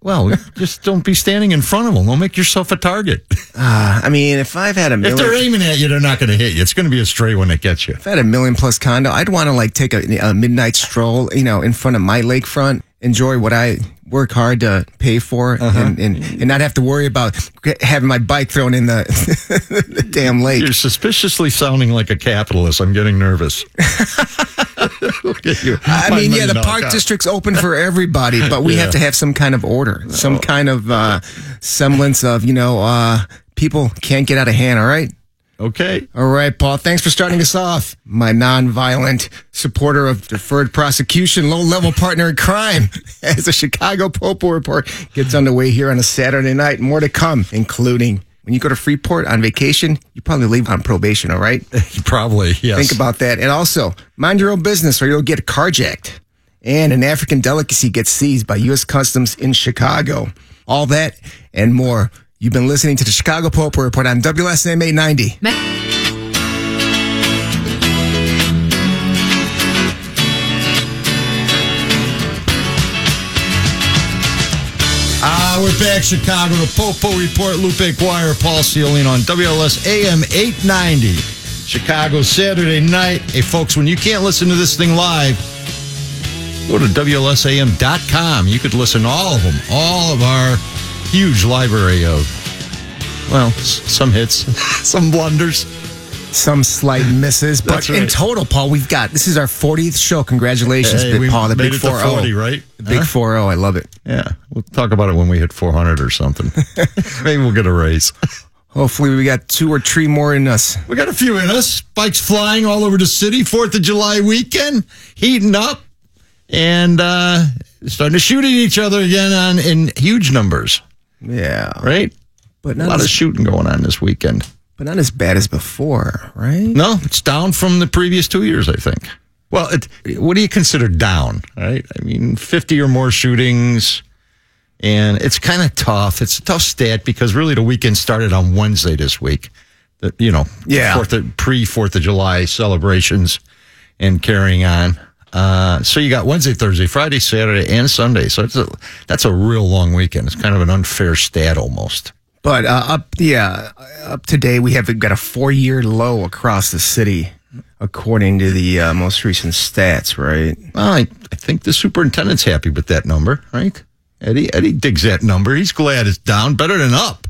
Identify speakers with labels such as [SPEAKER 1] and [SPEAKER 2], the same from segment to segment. [SPEAKER 1] Well, just don't be standing in front of them. Don't make yourself a target.
[SPEAKER 2] I mean, if I've had a
[SPEAKER 1] If
[SPEAKER 2] million,
[SPEAKER 1] they're aiming at you, they're not going to hit you. It's going to be a stray when it gets you.
[SPEAKER 2] if I had a million plus condo, I'd want to like take a, a midnight stroll, you know, in front of my lakefront, enjoy what I work hard to pay for,
[SPEAKER 1] Uh-huh.
[SPEAKER 2] and, and and not have to worry about g- having my bike thrown in the, the damn lake.
[SPEAKER 1] You're suspiciously sounding like a capitalist. I'm getting nervous. Look at you.
[SPEAKER 2] I
[SPEAKER 1] My
[SPEAKER 2] mean, yeah,
[SPEAKER 1] money
[SPEAKER 2] the
[SPEAKER 1] knock
[SPEAKER 2] park
[SPEAKER 1] out.
[SPEAKER 2] district's open for everybody, but we have to have some kind of order, some kind of uh, semblance of, you know, uh, people can't get out of hand. All right.
[SPEAKER 1] Okay.
[SPEAKER 2] All right, Paul. Thanks for starting us off. My nonviolent supporter of deferred prosecution, low level partner in crime, as the Chicago Popo Report gets underway here on a Saturday night. More to come, including when you go to Freeport on vacation, you probably leave on probation, all right?
[SPEAKER 1] Probably, yes.
[SPEAKER 2] Think about that. And also, mind your own business or you'll get carjacked. And an African delicacy gets seized by U.S. Customs in Chicago. All that and more. You've been listening to the Chicago Popo Report on WSM 890.
[SPEAKER 1] Ah, we're back, Chicago. The Popo Report, Lupe Guire, Paul Ciolino on WLS AM 890. Chicago Saturday night. Hey, folks, when you can't listen to this thing live, go to WLSAM.com. You could listen to all of them, all of our huge library of Well, s- some hits, some blunders.
[SPEAKER 2] some slight misses, but
[SPEAKER 1] That's right.
[SPEAKER 2] in total, Paul, we've got this is our 40th show. Congratulations,
[SPEAKER 1] Hey,
[SPEAKER 2] Big
[SPEAKER 1] we
[SPEAKER 2] Paul, the
[SPEAKER 1] made
[SPEAKER 2] big
[SPEAKER 1] it to
[SPEAKER 2] 40,
[SPEAKER 1] 40, right?
[SPEAKER 2] The big
[SPEAKER 1] Huh?
[SPEAKER 2] 40, I love it.
[SPEAKER 1] Yeah, we'll talk about it when we hit 400 or something. Maybe we'll get a raise.
[SPEAKER 2] Hopefully, we got two or three more in us.
[SPEAKER 1] We got a few in us. Bikes flying all over the city. Fourth of July weekend, heating up, and uh, starting to shoot at each other again on in huge numbers.
[SPEAKER 2] Yeah,
[SPEAKER 1] Right,
[SPEAKER 2] but
[SPEAKER 1] a
[SPEAKER 2] not
[SPEAKER 1] lot of
[SPEAKER 2] as,
[SPEAKER 1] shooting going on this weekend.
[SPEAKER 2] but not as bad as before, right?
[SPEAKER 1] No, it's down from the previous two years, I think. Well, it, what do you consider down? All right. I mean, 50 or more shootings, and it's kind of tough. It's a tough stat because really the weekend started on Wednesday this week. The, you know,
[SPEAKER 2] Yeah.
[SPEAKER 1] fourth of, pre Fourth of July celebrations and carrying on. Uh, so you got Wednesday, Thursday, Friday, Saturday, and Sunday. So it's a, that's a real long weekend. It's kind of an unfair stat almost.
[SPEAKER 2] But uh, up, yeah, up today we have got a four-year low across the city, according to the uh, most recent stats, right?
[SPEAKER 1] Well, I, I think the superintendent's happy with that number, right? Eddie Eddie digs that number. He's glad it's down, better than up.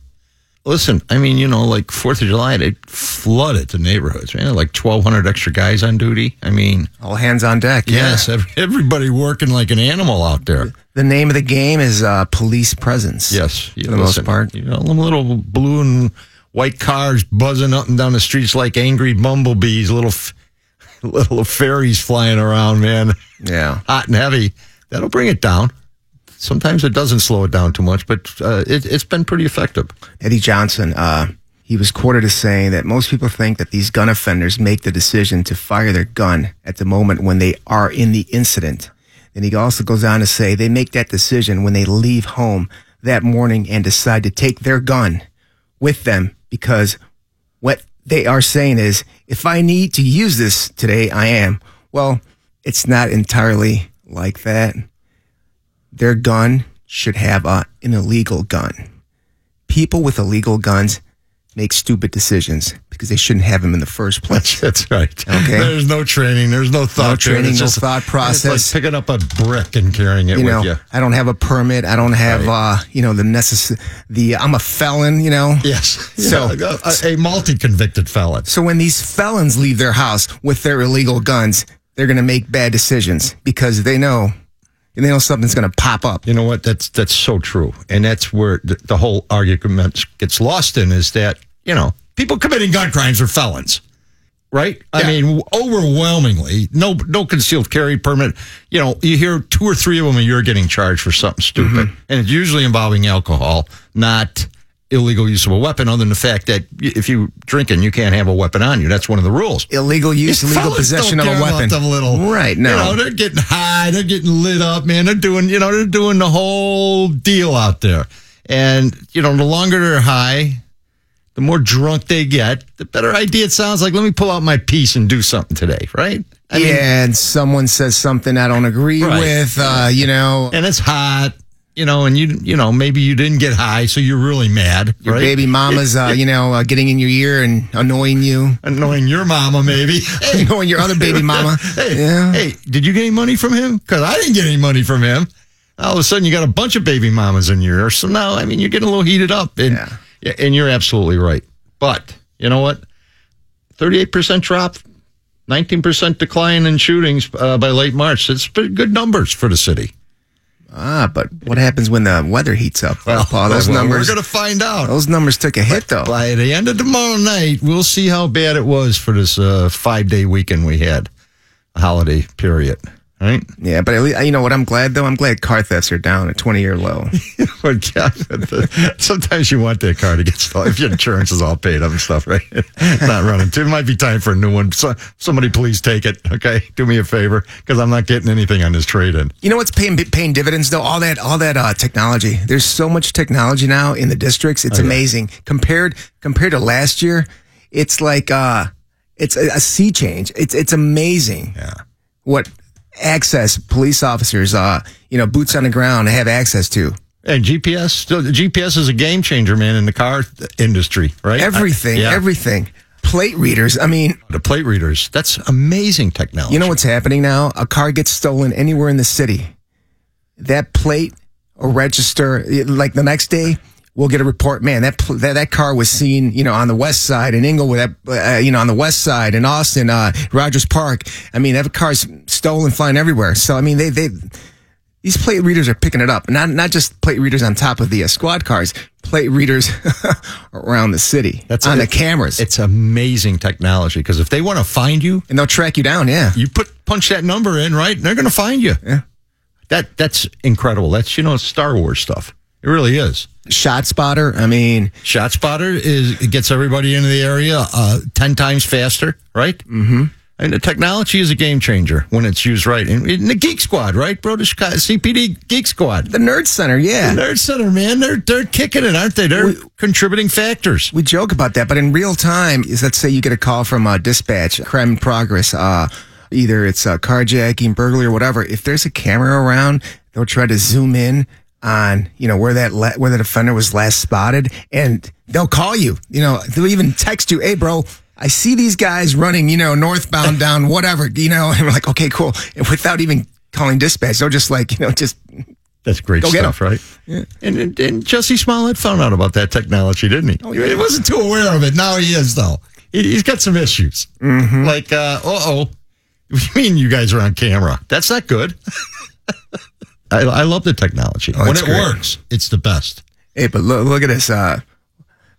[SPEAKER 1] Listen, I mean, you know, like Fourth of July, they flooded the neighborhoods, man. Like twelve hundred extra guys on duty. I mean,
[SPEAKER 2] All hands on deck.
[SPEAKER 1] yes, ev- everybody working like an animal out there.
[SPEAKER 2] The name of the game is uh, police presence.
[SPEAKER 1] Yes,
[SPEAKER 2] for the most
[SPEAKER 1] listen,
[SPEAKER 2] part.
[SPEAKER 1] You know, them little blue and white cars buzzing up and down the streets like angry bumblebees. Little f- little fairies flying around, man.
[SPEAKER 2] Yeah.
[SPEAKER 1] hot and heavy, that'll bring it down. Sometimes it doesn't slow it down too much, but uh, it, it's been pretty effective.
[SPEAKER 2] Eddie Johnson, uh, he was quoted as saying that most people think that these gun offenders make the decision to fire their gun at the moment when they are in the incident. Then he also goes on to say they make that decision when they leave home that morning and decide to take their gun with them because what they are saying is if I need to use this today, I am. Well, it's not entirely like that. Their gun should have uh, an illegal gun people with illegal guns make stupid decisions because they shouldn't have them in the first place.
[SPEAKER 1] That's right.
[SPEAKER 2] Okay.
[SPEAKER 1] There's no training. There's no thought. to it.
[SPEAKER 2] training,
[SPEAKER 1] It's
[SPEAKER 2] no thought process.
[SPEAKER 1] It's like picking up a brick and carrying it
[SPEAKER 2] You
[SPEAKER 1] with
[SPEAKER 2] know,
[SPEAKER 1] you.
[SPEAKER 2] I don't have a permit. I don't have, uh, you know, the necessary. The I'm a felon. You know.
[SPEAKER 1] Yes.
[SPEAKER 2] So-
[SPEAKER 1] Yeah, a, a multi-convicted felon.
[SPEAKER 2] So when these felons leave their house with their illegal guns, they're going to make bad decisions because they know, they know something's going to pop up.
[SPEAKER 1] You know what? That's that's so true, and that's where the, the whole argument gets lost in is that you know people committing gun crimes are felons, right? I mean, overwhelmingly, no no concealed carry permit. You know, you hear two or three of them a year getting charged for something stupid, and it's usually involving alcohol, not illegal use of a weapon. Other than the fact that y- if you drinking, you can't have a weapon on you. That's one of the rules.
[SPEAKER 2] Illegal use,
[SPEAKER 1] These
[SPEAKER 2] illegal
[SPEAKER 1] fellas
[SPEAKER 2] possession
[SPEAKER 1] don't
[SPEAKER 2] of
[SPEAKER 1] care
[SPEAKER 2] a
[SPEAKER 1] about
[SPEAKER 2] weapon.
[SPEAKER 1] them little,
[SPEAKER 2] Right?
[SPEAKER 1] You know,
[SPEAKER 2] No.
[SPEAKER 1] they're getting high. They're getting lit up, man. They're doing, you know, they're doing the whole deal out there. And you know, the longer they're high, the more drunk they get, the better idea it sounds like. Let me pull out my piece and do something today, right? I
[SPEAKER 2] yeah,
[SPEAKER 1] mean,
[SPEAKER 2] and someone says something I don't agree
[SPEAKER 1] Right.
[SPEAKER 2] with. Uh, you know,
[SPEAKER 1] and it's hot, you know, and you, you know, maybe you didn't get high, so you're really mad,
[SPEAKER 2] your
[SPEAKER 1] right?
[SPEAKER 2] baby mama's, uh, you know, uh, getting in your ear and annoying you.
[SPEAKER 1] annoying your mama, maybe. Hey,
[SPEAKER 2] you know, and your other baby mama.
[SPEAKER 1] hey,
[SPEAKER 2] yeah.
[SPEAKER 1] hey, did you get any money from him? Because I didn't get any money from him. All of a sudden, you got a bunch of baby mamas in your ear. So now, I mean, you're getting a little heated up. And,
[SPEAKER 2] Yeah.
[SPEAKER 1] yeah, and you're absolutely right. But you know what? 38% drop, 19% decline in shootings uh, by late March. It's pretty good numbers for the city.
[SPEAKER 2] Ah, but what happens when the weather heats up? Well, Paul, those
[SPEAKER 1] Well,
[SPEAKER 2] numbers, Oh.
[SPEAKER 1] We're going to find out.
[SPEAKER 2] those numbers took a hit though.
[SPEAKER 1] By the end of tomorrow night, we'll see how bad it was for this uh, five day weekend we had, holiday period. Right?
[SPEAKER 2] Yeah, but at least, you know what? I'm glad though. I'm glad car thefts are down at 20 year low.
[SPEAKER 1] But yeah, sometimes you want that car to get stolen if your insurance is all paid up and stuff, right? It's not running. It might be time for a new one. So, somebody please take it, okay? Do me a favor because I'm not getting anything on this trade in.
[SPEAKER 2] You know what's paying paying dividends though? All that all that uh, technology. There's so much technology now in the districts.
[SPEAKER 1] Oh,
[SPEAKER 2] It's amazing compared compared to last year. It's like uh, it's a, a sea change. It's it's amazing. Yeah. What access police officers uh you know boots on the ground have access to
[SPEAKER 1] And GPS, still, GPS is a game changer, man, in the car industry, right?
[SPEAKER 2] everything
[SPEAKER 1] I- yeah.
[SPEAKER 2] everything plate readers i mean
[SPEAKER 1] The plate readers, that's amazing technology.
[SPEAKER 2] You know what's happening now? A car gets stolen anywhere in the city. That plate or register, like the next day, We'll get a report. Man, that pl- that, that car was seen, you know, on the west side in Inglewood, that, uh, you know, on the west side in Austin, uh, Rogers Park. I mean, that car's stolen, flying everywhere. So I mean, they they these plate readers are picking it up. Not not just plate readers on top of the uh, squad cars, plate readers around the city. That's on the
[SPEAKER 1] it's-
[SPEAKER 2] cameras,
[SPEAKER 1] It's amazing technology because if they want to find you,
[SPEAKER 2] and they'll track you down. Yeah,
[SPEAKER 1] you put punch that number in, right? And they're going to find you.
[SPEAKER 2] Yeah.
[SPEAKER 1] That that's incredible. That's you know Star Wars stuff. It really is.
[SPEAKER 2] Shot Spotter. I mean,
[SPEAKER 1] Shot spotter is it gets everybody into the area uh, ten times faster, right? Mm-hmm. I mean, the technology is a game changer when it's used right. And in the Geek Squad, right, bro? The Chicago- CPD Geek Squad,
[SPEAKER 2] the Nerd Center. Yeah,
[SPEAKER 1] Nerd Center, man, they're they're kicking it, aren't they? They're contributing factors.
[SPEAKER 2] We joke about that, but in real time, is let's say you get a call from uh, dispatch, crime in progress, uh, either it's uh, carjacking, burglary, or whatever. If there's a camera around, they'll try to zoom in on you know where that la- where the offender was last spotted, and they'll call you. You know, they'll even text you, "Hey, bro." I see these guys running, you know, northbound, down, whatever, you know, and we're like, okay, cool. And without even calling dispatch, they'll just like, you know, just
[SPEAKER 1] That's great
[SPEAKER 2] Go get
[SPEAKER 1] stuff,
[SPEAKER 2] 'em.
[SPEAKER 1] right? And, and and Jesse Smollett found out about that technology, didn't he? Oh, He wasn't too aware of it. Now he is, though. He, he's got some issues.
[SPEAKER 2] Mm-hmm.
[SPEAKER 1] Like, uh oh, you mean you guys are on camera? That's not good. I, I love the technology when
[SPEAKER 2] that's
[SPEAKER 1] it
[SPEAKER 2] Oh, great.
[SPEAKER 1] works. It's the best.
[SPEAKER 2] Hey, but look, look at this. Uh,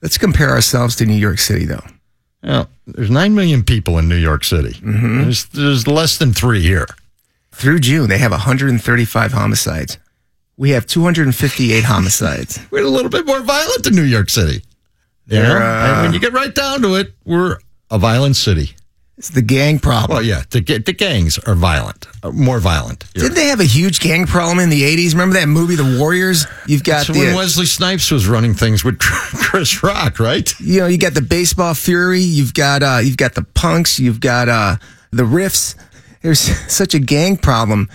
[SPEAKER 2] let's compare ourselves to New York City, though.
[SPEAKER 1] Now, there's nine million people in New York City.
[SPEAKER 2] Mm-hmm.
[SPEAKER 1] There's there's less than three here.
[SPEAKER 2] Through June, they have 135 homicides. We have 258 homicides.
[SPEAKER 1] We're a little bit more violent than New York City. You know?
[SPEAKER 2] Yeah.
[SPEAKER 1] and when you get right down to it, we're a violent city.
[SPEAKER 2] It's the gang problem.
[SPEAKER 1] Well, yeah, the ga- the gangs are violent, uh, more violent. here.
[SPEAKER 2] Didn't they have a huge gang problem in the 80s? Remember that movie, The Warriors? You've got
[SPEAKER 1] So
[SPEAKER 2] the,
[SPEAKER 1] when Wesley Snipes was running things with Chris Rock, right?
[SPEAKER 2] you know, you got the baseball fury. You've got, uh, you've got the punks. You've got uh, the riffs. There's such a gang problem.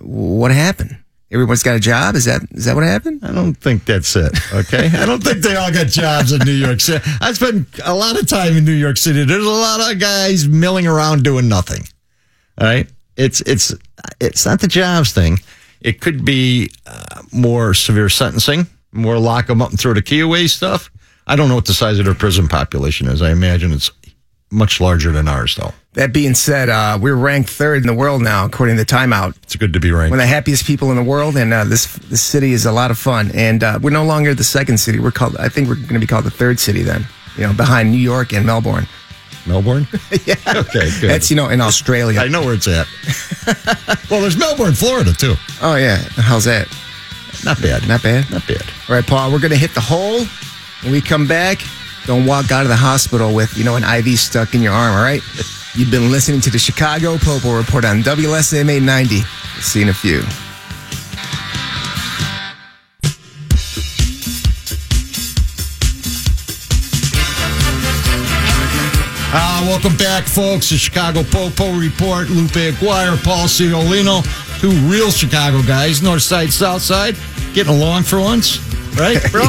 [SPEAKER 2] What happened? Everyone's got a job. Is that is that what happened?
[SPEAKER 1] I don't think that's it. Okay, I don't think they all got jobs in New York City. I spent a lot of time in New York City. There's a lot of guys milling around doing nothing. All right, it's it's it's not the jobs thing. It could be uh, more severe sentencing, more lock them up and throw the key away stuff. I don't know what the size of their prison population is. I imagine it's much larger than ours, though.
[SPEAKER 2] That being said, uh, we're ranked third in the world now, according to Time Out.
[SPEAKER 1] It's good to be ranked.
[SPEAKER 2] One of the happiest people in the world, and uh, this this city is a lot of fun. And uh, we're no longer the second city. We're called. I think we're going to be called the third city then. You know, behind New York and Melbourne.
[SPEAKER 1] Melbourne? yeah. Okay, good.
[SPEAKER 2] That's you know in Australia.
[SPEAKER 1] I know where it's at. well, there's Melbourne, Florida, too.
[SPEAKER 2] Oh yeah, how's that?
[SPEAKER 1] Not bad.
[SPEAKER 2] Not bad.
[SPEAKER 1] Not bad.
[SPEAKER 2] All right, Paul. We're going to hit the hole. When we come back, don't walk out of the hospital with you know an IV stuck in your arm. All right. You've been listening to the Chicago Popo Report on WSMA 90. We'll see you in a few.
[SPEAKER 1] Uh, welcome back, folks. The Chicago Popo Report. Lupe Aguirre, Paul Ciolino, two real Chicago guys, north side, south side, getting along for once. Right, bro?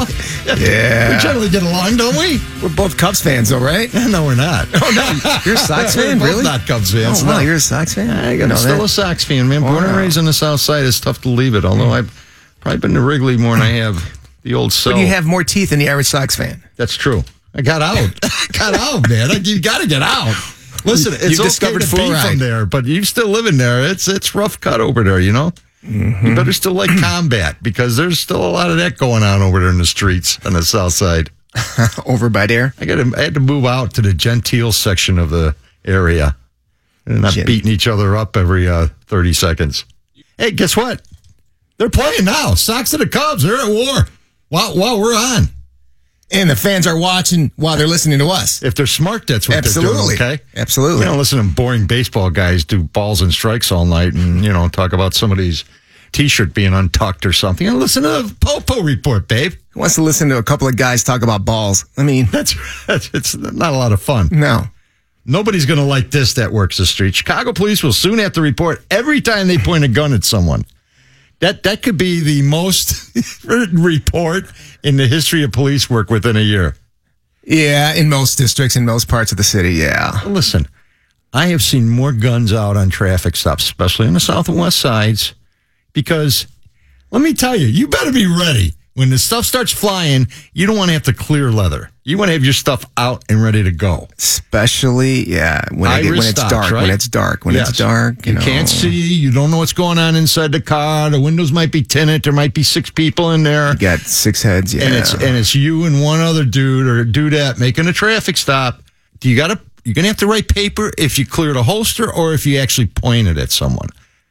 [SPEAKER 2] Yeah.
[SPEAKER 1] We generally get along, don't we?
[SPEAKER 2] We're both Cubs fans, though, right?
[SPEAKER 1] No, we're not. Oh, no.
[SPEAKER 2] You're a Sox
[SPEAKER 1] We're
[SPEAKER 2] fan,
[SPEAKER 1] both
[SPEAKER 2] really?
[SPEAKER 1] not Cubs fans,
[SPEAKER 2] Oh, wow,
[SPEAKER 1] no.
[SPEAKER 2] you're a Sox fan.
[SPEAKER 1] I
[SPEAKER 2] You
[SPEAKER 1] am
[SPEAKER 2] know
[SPEAKER 1] still
[SPEAKER 2] that.
[SPEAKER 1] a Sox fan, man. Born and
[SPEAKER 2] Wow.
[SPEAKER 1] raised on the south side, it's tough to leave it, although I've probably been to Wrigley more than I have the old cell.
[SPEAKER 2] But you have more teeth than the average Sox fan.
[SPEAKER 1] That's true. I got out. I got out, man. I, you got to get out. Listen, it's
[SPEAKER 2] You've
[SPEAKER 1] okay
[SPEAKER 2] discovered
[SPEAKER 1] to be
[SPEAKER 2] fluoride.
[SPEAKER 1] from there, but you still living there. It's it's rough cut over there, you know. You better still like combat because there's still a lot of that going on over there in the streets on the south side.
[SPEAKER 2] Over by there.
[SPEAKER 1] I got to, I had to move out to the genteel section of the area, and not
[SPEAKER 2] Gen-
[SPEAKER 1] beating each other up every uh, thirty seconds. Hey, guess what? They're playing now. Sox and the Cubs. They're at war. While while we're on.
[SPEAKER 2] And the fans are watching while they're listening to us.
[SPEAKER 1] If they're smart, that's what
[SPEAKER 2] Absolutely.
[SPEAKER 1] they're doing. Okay,
[SPEAKER 2] Absolutely.
[SPEAKER 1] We don't listen to boring baseball guys do balls and strikes all night, and you know talk about somebody's t-shirt being untucked or something. And listen to the Popo report, babe.
[SPEAKER 2] Who wants to listen to a couple of guys talk about balls? I mean,
[SPEAKER 1] That's, that's it's not a lot of fun.
[SPEAKER 2] no.
[SPEAKER 1] Nobody's going to like this that works the street. Chicago police will soon have to report every time they point a gun at someone. That that could be the most report in the history of police work within a year.
[SPEAKER 2] Yeah, in most districts, in most parts of the city, yeah.
[SPEAKER 1] Listen, I have seen more guns out on traffic stops, especially on the south and west sides, because let me tell you, you better be ready When the stuff starts flying, you don't want to have to clear leather. You want to have your stuff out and ready to go.
[SPEAKER 2] Especially, yeah, when, I get-
[SPEAKER 1] Iris
[SPEAKER 2] when it's
[SPEAKER 1] stops,
[SPEAKER 2] dark,
[SPEAKER 1] right?
[SPEAKER 2] when it's dark, when
[SPEAKER 1] Yes.
[SPEAKER 2] it's dark, you,
[SPEAKER 1] you
[SPEAKER 2] know.
[SPEAKER 1] can't see. You don't know what's going on inside the car. The windows might be tinted. There might be six people in there,
[SPEAKER 2] You got six heads, yeah.
[SPEAKER 1] and it's and it's you and one other dude or dudette making a traffic stop. Do you got to? You're gonna have to write paper if you cleared a holster or if you actually pointed at someone.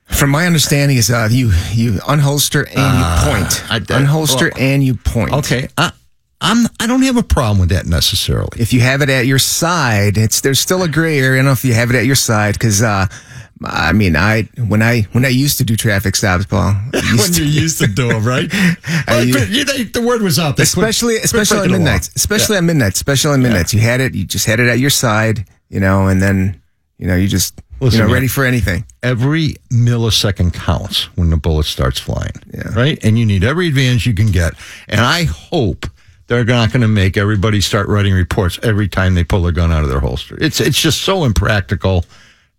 [SPEAKER 2] From my understanding, is uh, you you unholster and you point,
[SPEAKER 1] Uh, I- I-
[SPEAKER 2] unholster and you point.
[SPEAKER 1] Okay, I, I'm. I don't have a problem with that necessarily.
[SPEAKER 2] If you have it at your side, it's there's still a gray area. I don't know if you have it at your side because uh, I mean, I when I when I used to do traffic stops, Paul, I used
[SPEAKER 1] when
[SPEAKER 2] to-
[SPEAKER 1] you used to do them, right?
[SPEAKER 2] I
[SPEAKER 1] Like,
[SPEAKER 2] u-
[SPEAKER 1] you- they- the word was out. there. Quit-
[SPEAKER 2] especially
[SPEAKER 1] quit
[SPEAKER 2] especially at
[SPEAKER 1] breaking the law.
[SPEAKER 2] midnight, especially at midnight, especially at midnight. You had it, you just had it at your side, you know, and then you know you just
[SPEAKER 1] Listen,
[SPEAKER 2] you know
[SPEAKER 1] man.
[SPEAKER 2] ready for anything.
[SPEAKER 1] every millisecond counts when the bullet starts flying.
[SPEAKER 2] Yeah.
[SPEAKER 1] Right? And you need every advantage you can get. And I hope they're not going to make everybody start writing reports every time they pull a gun out of their holster. It's it's just so impractical.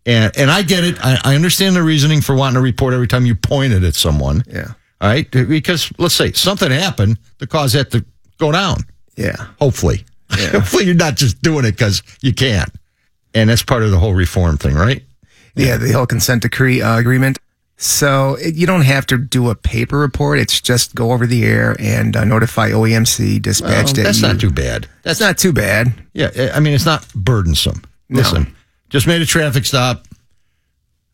[SPEAKER 1] And and I get it. I, I understand the reasoning for wanting to report every time you point it at someone.
[SPEAKER 2] Yeah.
[SPEAKER 1] All right. Because let's say something happened to cause that to go down.
[SPEAKER 2] Yeah,
[SPEAKER 1] Hopefully. Hopefully you're not just doing it because you can. And that's part of the whole reform thing, right?
[SPEAKER 2] yeah, the whole consent decree uh, agreement. So it, you don't have to do a paper report. It's just go over the air and uh, notify OEMC dispatch
[SPEAKER 1] Well,
[SPEAKER 2] that
[SPEAKER 1] that's
[SPEAKER 2] you-
[SPEAKER 1] not too bad.
[SPEAKER 2] That's not too bad.
[SPEAKER 1] Yeah, eh, I- I mean, it's not burdensome. Listen, just made a traffic stop.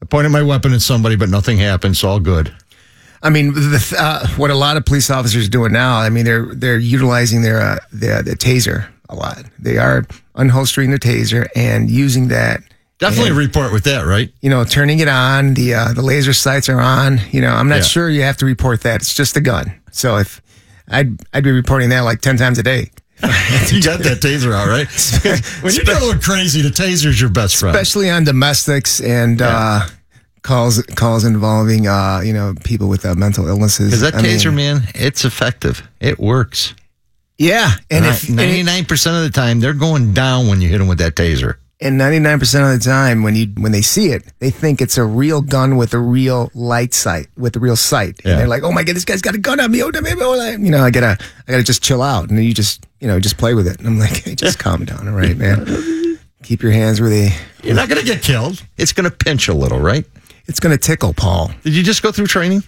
[SPEAKER 1] I pointed my weapon at somebody, but nothing happened. It's all good.
[SPEAKER 2] I mean, the, th- uh, what a lot of police officers are doing now. I mean, they're they're utilizing their uh, their, their taser a lot. They are unholstering their taser and using that.
[SPEAKER 1] Definitely
[SPEAKER 2] and,
[SPEAKER 1] report with that, right?
[SPEAKER 2] you know, turning it on. The uh, the laser sights are on. You know, I'm not
[SPEAKER 1] Yeah.
[SPEAKER 2] sure you have to report that. It's just a gun. So if I'd I'd be reporting that like ten times a day,
[SPEAKER 1] you got that taser out, right? when you're going crazy, the taser's your best friend.
[SPEAKER 2] especially on domestics and. Uh, Calls calls involving uh, you know people with uh, mental illnesses.
[SPEAKER 1] Because that
[SPEAKER 2] I
[SPEAKER 1] taser,
[SPEAKER 2] mean,
[SPEAKER 1] man, it's effective. It works.
[SPEAKER 2] yeah, and if and it-
[SPEAKER 1] Ninety-nine percent of the time, they're going down when you hit them with that taser.
[SPEAKER 2] and 99% of the time when you when they see it they think it's a real gun with a real light sight with a real sight
[SPEAKER 1] Yeah.
[SPEAKER 2] and they're like oh my god this guy's got a gun on me oh, damn it, oh, I-" you know i gotta i gotta just chill out and then you just you know just play with it and i'm like hey, just calm down all right man keep your hands where they
[SPEAKER 1] You're not going to get killed. It's going to pinch a little, right?
[SPEAKER 2] it's gonna tickle paul
[SPEAKER 1] Did you just go through training?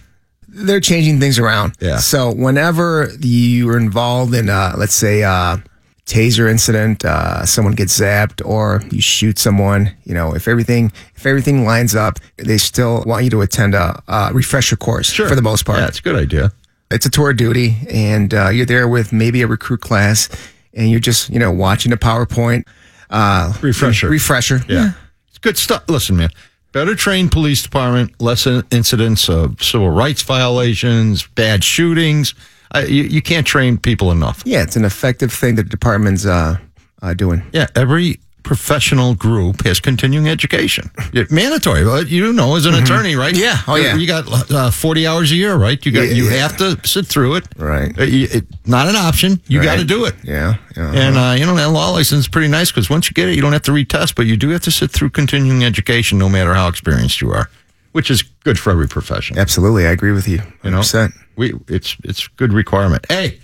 [SPEAKER 2] they're changing things around
[SPEAKER 1] Yeah.
[SPEAKER 2] so whenever you are involved in uh let's say uh taser incident uh someone gets zapped or you shoot someone you know if everything if everything lines up they still want you to attend a uh, refresher course for the most part
[SPEAKER 1] Yeah, it's a good idea.
[SPEAKER 2] it's a tour of duty and uh, you're there with maybe a recruit class and you're just you know watching a powerpoint uh
[SPEAKER 1] Refresher.
[SPEAKER 2] refresher
[SPEAKER 1] Yeah. It's good stuff. Listen, man, better trained police department, less in- incidents of civil rights violations, bad shootings. I, you, you can't train people enough.
[SPEAKER 2] yeah it's an effective thing that the department's uh, uh doing
[SPEAKER 1] Yeah, every professional group has continuing education. Yeah, mandatory. Well, You know, as an attorney, right?
[SPEAKER 2] Yeah. Oh, yeah.
[SPEAKER 1] You got uh, 40 hours a year, right? You got
[SPEAKER 2] Yeah,
[SPEAKER 1] you
[SPEAKER 2] yeah.
[SPEAKER 1] have to sit through it.
[SPEAKER 2] Right.
[SPEAKER 1] Uh, you- it- not an option. You got to
[SPEAKER 2] Right. Uh-huh.
[SPEAKER 1] do it.
[SPEAKER 2] yeah, yeah.
[SPEAKER 1] And uh, you know that law license is pretty nice because once you get it, you don't have to retest, but you do have to sit through continuing education, no matter how experienced you are, which is good for every profession.
[SPEAKER 2] absolutely i agree with you 100%
[SPEAKER 1] You know, we it's it's good requirement. Hey,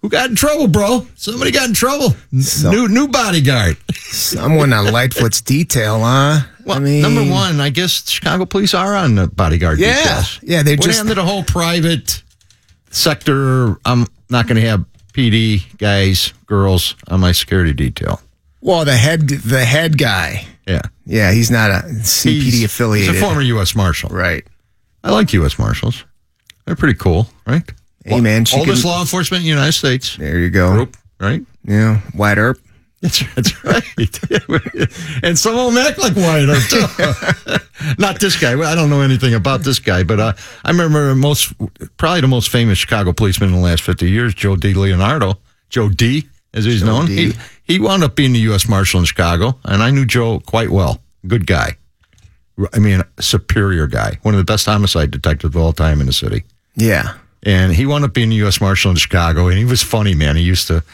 [SPEAKER 1] who got in trouble, bro? Somebody got in trouble. N- new new bodyguard.
[SPEAKER 2] Someone on Lightfoot's detail, huh?
[SPEAKER 1] Well, number one, I guess Chicago police are on the bodyguard
[SPEAKER 2] Yeah.
[SPEAKER 1] details.
[SPEAKER 2] Yeah, they
[SPEAKER 1] What
[SPEAKER 2] just-
[SPEAKER 1] happened to the whole private sector. I'm not going to have PD guys, girls on my security detail.
[SPEAKER 2] Well, the head, the head guy.
[SPEAKER 1] Yeah.
[SPEAKER 2] Yeah, he's not a CPD
[SPEAKER 1] He's-
[SPEAKER 2] affiliated.
[SPEAKER 1] He's a former U.S. Marshal.
[SPEAKER 2] right.
[SPEAKER 1] I like U.S. Marshals. They're pretty cool, right?
[SPEAKER 2] Hey, man, she
[SPEAKER 1] Oldest
[SPEAKER 2] can-
[SPEAKER 1] law enforcement in the United States.
[SPEAKER 2] There you go.
[SPEAKER 1] Group, right?
[SPEAKER 2] Yeah, Wyatt Earp.
[SPEAKER 1] That's, that's right. and some of them act like Wyatt Earp, too. Not this guy. I don't know anything about this guy, but uh, I remember most, probably the most famous Chicago policeman in the last 50 years, Joe D. Leonardo. Joe D., as he's known.
[SPEAKER 2] D.
[SPEAKER 1] He, he wound up being the U.S. Marshal in Chicago, and I knew Joe quite well. Good guy. I mean, superior guy. One of the best homicide detectives of all time in the city
[SPEAKER 2] Yeah.
[SPEAKER 1] and he wound up being a U.S. Marshal in Chicago. And he was funny, man. He used to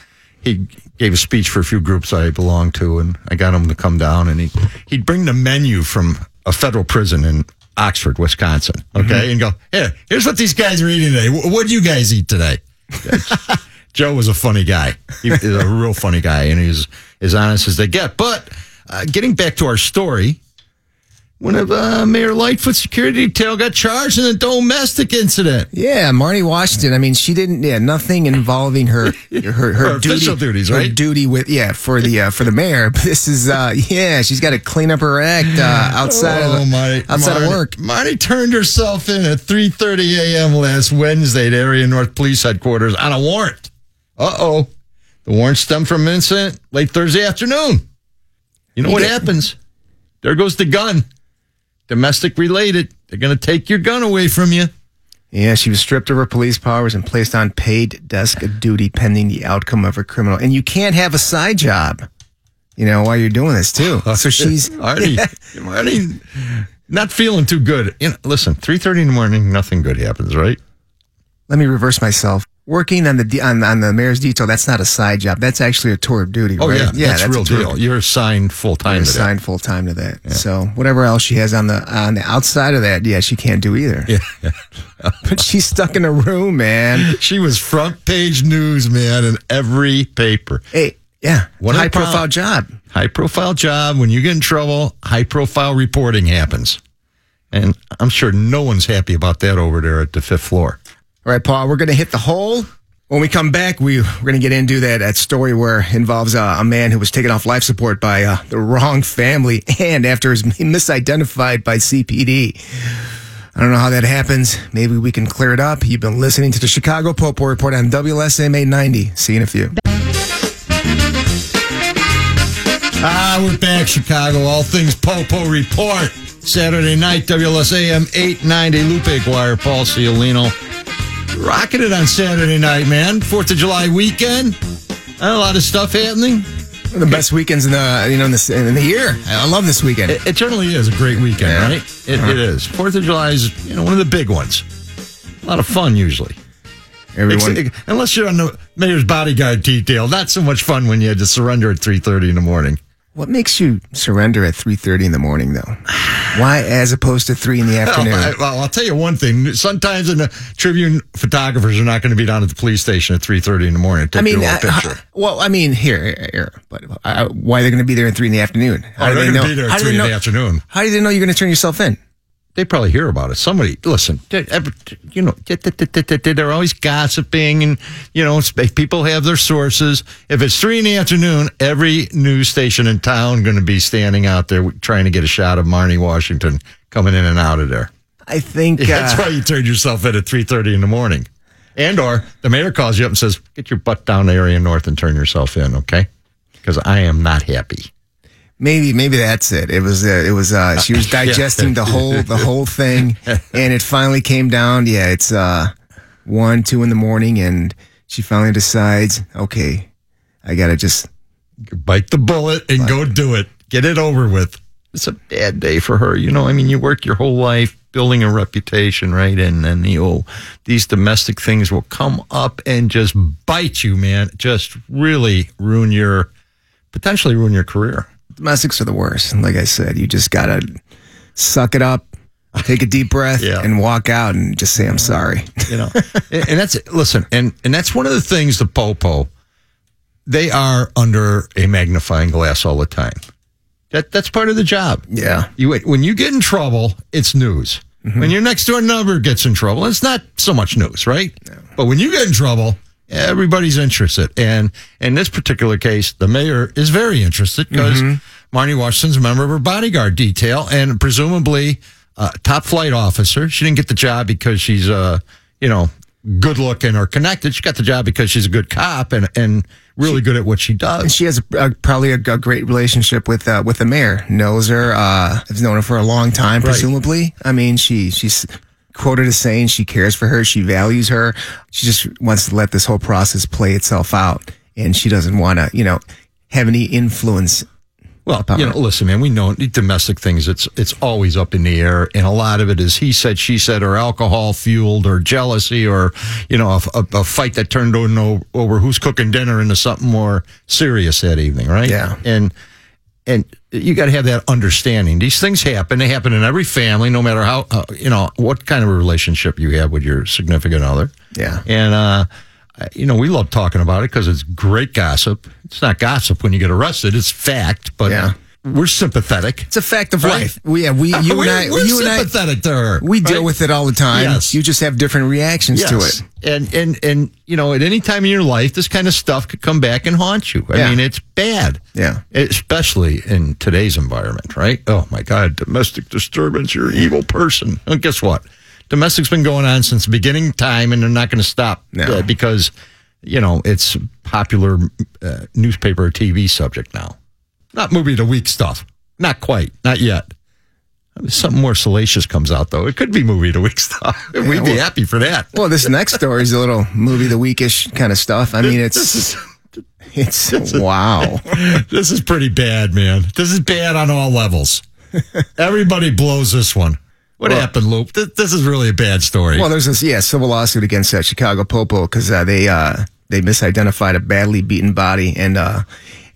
[SPEAKER 1] he gave a speech for a few groups I belonged to, and I got him to come down, and he he'd bring the menu from a federal prison in Oxford, Wisconsin, okay, and go, here, here's what these guys are eating today. Wh- What do you guys eat today? Joe was a funny guy. He is a real funny guy, and he's as honest as they get. But uh, getting back to our story, one of uh, Mayor Lightfoot's security detail got charged in a domestic incident.
[SPEAKER 2] Yeah, Marnie Washington. I mean, she didn't. Yeah, nothing involving her her her,
[SPEAKER 1] Her
[SPEAKER 2] duty,
[SPEAKER 1] official duties,
[SPEAKER 2] her
[SPEAKER 1] right?
[SPEAKER 2] duty with yeah for the uh, for the mayor. But this is uh yeah, she's got to clean up her act uh, outside
[SPEAKER 1] oh,
[SPEAKER 2] of
[SPEAKER 1] my,
[SPEAKER 2] outside
[SPEAKER 1] Marty,
[SPEAKER 2] of work.
[SPEAKER 1] Marty turned herself in at 3:30 a.m. last Wednesday at Area North Police Headquarters on a warrant. Uh oh, the warrant stemmed from an incident late Thursday afternoon. You know what
[SPEAKER 2] did-
[SPEAKER 1] happens? There goes the gun. Domestic related. They're going to take your gun away from you.
[SPEAKER 2] Yeah, she was stripped of her police powers and placed on paid desk duty pending the outcome of her criminal. And you can't have a side job, you know, while you're doing this too. So she's
[SPEAKER 1] Marty, Marty, not feeling too good. You know, listen, three thirty in the morning, nothing good happens, right?
[SPEAKER 2] let me reverse myself. Working on the de- on, on the mayor's detail, that's not a side job. That's actually a tour of duty.
[SPEAKER 1] Oh
[SPEAKER 2] right?
[SPEAKER 1] yeah, that's, real
[SPEAKER 2] tour of
[SPEAKER 1] deal. You're assigned full time to that.
[SPEAKER 2] assigned full time to that. So whatever else she has on the on the outside of that, yeah, she can't do either.
[SPEAKER 1] Yeah.
[SPEAKER 2] But she's stuck in a room, man.
[SPEAKER 1] She was front page news, man, in every paper.
[SPEAKER 2] Hey, yeah,
[SPEAKER 1] What a
[SPEAKER 2] high profile
[SPEAKER 1] problem.
[SPEAKER 2] job.
[SPEAKER 1] High profile job. When you get in trouble, high profile reporting happens. And I'm sure no one's happy about that over there at the fifth floor.
[SPEAKER 2] All right, Paul, we're going to hit the hole. When we come back, we, we're going to get into that, that story where involves uh, a man who was taken off life support by uh, the wrong family and after is misidentified by CPD. I don't know how that happens. Maybe we can clear it up. You've been listening to the Chicago Popo Report on WSMA 90. See you in a few.
[SPEAKER 1] Ah, we're back, Chicago. All things Popo Report. Saturday night, WLSAM 890. Lupe Aguirre, Paul Ciolino. Rocking it on Saturday night, man. Fourth of July weekend. A lot of stuff happening.
[SPEAKER 2] One of the best weekends in the you know in the, in the year. I love this weekend.
[SPEAKER 1] It, it generally is a great weekend,
[SPEAKER 2] Yeah.
[SPEAKER 1] right? It, it is. Fourth of July is you know one of the big ones. A lot of fun usually,
[SPEAKER 2] Everyone,
[SPEAKER 1] Ex- unless you're on the mayor's bodyguard detail. Not so much fun when you had to surrender at three thirty in the morning.
[SPEAKER 2] what makes you surrender at 3:30 in the morning though? Why as opposed to 3 in the
[SPEAKER 1] Well,
[SPEAKER 2] afternoon?
[SPEAKER 1] I, well, I'll tell you one thing. Sometimes in the Tribune, photographers are not going to be down at the police station at three thirty in the morning. To
[SPEAKER 2] I mean,
[SPEAKER 1] do a
[SPEAKER 2] uh,
[SPEAKER 1] little picture.
[SPEAKER 2] well, I mean, here, here, here but uh, why are they going to be there at three in the afternoon? How
[SPEAKER 1] Oh, they're gonna be there at
[SPEAKER 2] how do
[SPEAKER 1] three
[SPEAKER 2] they
[SPEAKER 1] in the
[SPEAKER 2] know-
[SPEAKER 1] afternoon.
[SPEAKER 2] How do they know you're going to turn yourself in?
[SPEAKER 1] they probably hear about it. Somebody, listen, they're- you know, they're always gossiping, and you know, it's- people have their sources. If it's three in the afternoon, every news station in town going to be standing out there trying to get a shot of Marnie Washington coming in and out of there.
[SPEAKER 2] I think
[SPEAKER 1] That's
[SPEAKER 2] uh,
[SPEAKER 1] why you turned yourself in at three thirty in the morning, and or the mayor calls you up and says, "Get your butt down to area north and turn yourself in, okay?" Because I am not happy.
[SPEAKER 2] maybe maybe that's it. It was uh, it was uh, she was digesting the whole the whole thing, and it finally came down. Yeah, it's uh, one two in the morning, and she finally decides, okay, I got to just
[SPEAKER 1] bite the bullet and go do it. Get it over with. It's a bad day for her. You know, I mean, you work your whole life building a reputation, right? And then the old, these domestic things will come up and just bite you, man. Just really ruin your, potentially ruin your career.
[SPEAKER 2] domestics are the worst. And like I said, you just gotta suck it up, take a deep breath,
[SPEAKER 1] Yeah.
[SPEAKER 2] and walk out and just say I'm sorry.
[SPEAKER 1] you know and and that's listen and and that's one of the things the popo they are under a magnifying glass all the time that that's part of the job
[SPEAKER 2] Yeah.
[SPEAKER 1] you when you get in trouble it's news when your next door neighbor gets in trouble it's not so much news right but when you get in trouble everybody's interested and in this particular case the mayor is very interested because marnie washington's a member of her bodyguard detail and presumably uh, top flight officer she didn't get the job because she's uh you know good looking or connected she got the job because she's a good cop and and really good at what she does
[SPEAKER 2] She has a, a, probably a, g- a great relationship with uh, with the mayor. Knows her. Uh, has known her for a long time, presumably. I mean, she she's quoted as saying she cares for her, she values her. She just wants to let this whole process play itself out, and she doesn't want to, you know, have any influence.
[SPEAKER 1] Well, you know, listen, man, we know domestic things. It's it's always up in the air, and a lot of it is he said, she said, or alcohol fueled, or jealousy, or you know, a, a, a fight that turned on o- over who's cooking dinner into something more serious that evening, right?
[SPEAKER 2] Yeah.
[SPEAKER 1] and and you got to have that understanding. These things happen. They happen in every family, no matter how uh, you know what kind of a relationship you have with your significant other.
[SPEAKER 2] Yeah.
[SPEAKER 1] and uh, uh, you know, we love talking about it because it's great gossip. It's not gossip when you get arrested; it's fact. But
[SPEAKER 2] Yeah.
[SPEAKER 1] we're sympathetic.
[SPEAKER 2] It's a fact of
[SPEAKER 1] Right.
[SPEAKER 2] life. We, yeah, we, you
[SPEAKER 1] we're,
[SPEAKER 2] and I,
[SPEAKER 1] we're
[SPEAKER 2] you and I,
[SPEAKER 1] sympathetic to her.
[SPEAKER 2] we deal
[SPEAKER 1] right?
[SPEAKER 2] with it all the time.
[SPEAKER 1] Yes.
[SPEAKER 2] You just have different reactions to it.
[SPEAKER 1] And and and you know, at any time in your life, this kind of stuff could come back and haunt you. I
[SPEAKER 2] Yeah.
[SPEAKER 1] mean, it's bad.
[SPEAKER 2] Yeah.
[SPEAKER 1] Especially in today's environment, right? Oh my God, domestic disturbance, you're an evil person. And guess what? Domestic's been going on since the beginning time, and they're not going to stop
[SPEAKER 2] No.
[SPEAKER 1] uh, because you know it's popular uh, newspaper or TV subject now. Not movie of the week stuff. Not quite. Not yet. Something more salacious comes out though. It could be movie of the week stuff. We'd be happy for that.
[SPEAKER 2] Well, this next story is a little movie of the weekish kind of stuff. I mean, it's it's wow.
[SPEAKER 1] this is pretty bad, man. This is bad on all levels. Everybody blows this one. What
[SPEAKER 2] Well-
[SPEAKER 1] happened, Loop? This, this is really a bad story.
[SPEAKER 2] Well, there's this yeah civil lawsuit against uh, Chicago Popo because uh, they uh, they misidentified a badly beaten body and uh,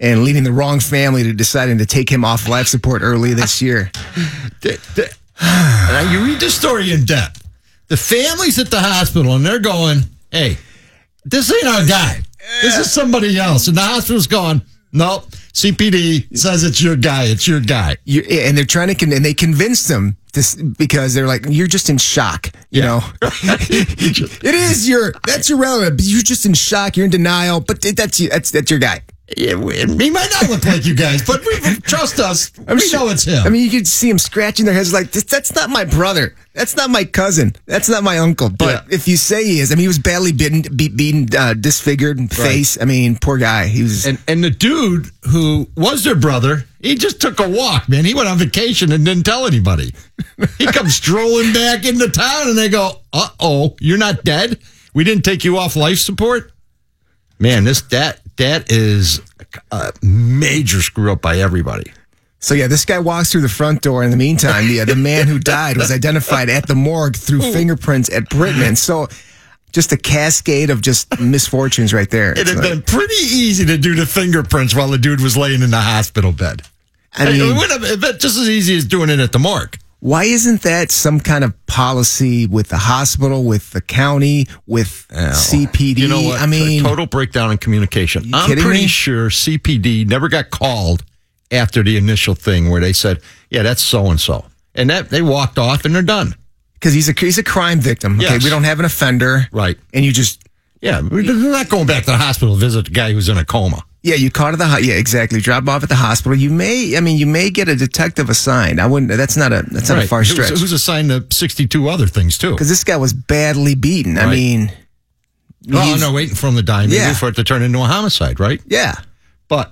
[SPEAKER 2] and leading the wrong family to deciding to take him off life support early this year.
[SPEAKER 1] D- d- now you read the story in depth. The family's at the hospital and they're going, hey, this ain't our guy. This is somebody else. And the hospital's going, nope. CPD says it's your guy. It's your guy.
[SPEAKER 2] you and they're trying to con- and they convinced them to, s- because they're like you're just in shock you
[SPEAKER 1] Yeah.
[SPEAKER 2] know it is your that's your relative but you're just in shock you're in denial but th- that's you that's that's your guy
[SPEAKER 1] Yeah, we- he might not look like you guys, but we, trust us. we know it's him.
[SPEAKER 2] i mean you could see them scratching their heads like this, that's not my brother that's not my cousin that's not my uncle but
[SPEAKER 1] Yeah.
[SPEAKER 2] if you say he is i mean he was badly bitten be- beaten uh, disfigured face i mean poor guy he was
[SPEAKER 1] And and the dude who was their brother, he just took a walk, man. He went on vacation and didn't tell anybody. He comes strolling back into town and they go, Uh oh, you're not dead? We didn't take you off life support? Man, this that that is a major screw up by everybody.
[SPEAKER 2] So yeah, this guy walks through the front door. In the meantime, the the man who died was identified at the morgue through fingerprints at Britman. So just a cascade of just misfortunes right there.
[SPEAKER 1] It
[SPEAKER 2] It's
[SPEAKER 1] had
[SPEAKER 2] like-
[SPEAKER 1] been pretty easy to do the fingerprints while the dude was laying in the hospital bed.
[SPEAKER 2] I
[SPEAKER 1] it
[SPEAKER 2] mean,
[SPEAKER 1] would have been just as easy as doing it at the morgue.
[SPEAKER 2] why isn't that some kind of policy with the hospital, with the county, with uh, CPD?
[SPEAKER 1] You know what?
[SPEAKER 2] I mean,
[SPEAKER 1] A total breakdown in communication. I'm
[SPEAKER 2] kidding
[SPEAKER 1] pretty
[SPEAKER 2] me?
[SPEAKER 1] sure CPD never got called after the initial thing where they said, "Yeah, that's so and so," and that they walked off and they're done.
[SPEAKER 2] because he's a he's a crime victim. Okay,
[SPEAKER 1] Yes.
[SPEAKER 2] we don't have an offender,
[SPEAKER 1] Right.
[SPEAKER 2] And you just
[SPEAKER 1] Yeah, they're not going back to the hospital to visit the guy who's in a coma.
[SPEAKER 2] Yeah, you caught at the ho- yeah exactly. Drop off at the hospital. You may, I mean, you may get a detective assigned. I wouldn't. That's not a that's not a
[SPEAKER 1] Right.
[SPEAKER 2] far
[SPEAKER 1] Who's-
[SPEAKER 2] stretch.
[SPEAKER 1] Who's assigned to 62 other things too?
[SPEAKER 2] because this guy was badly beaten. I
[SPEAKER 1] Right.
[SPEAKER 2] mean,
[SPEAKER 1] Oh,
[SPEAKER 2] he's-
[SPEAKER 1] no, waiting for him to die maybe
[SPEAKER 2] Yeah.
[SPEAKER 1] for it to turn into a homicide, right?
[SPEAKER 2] yeah.
[SPEAKER 1] But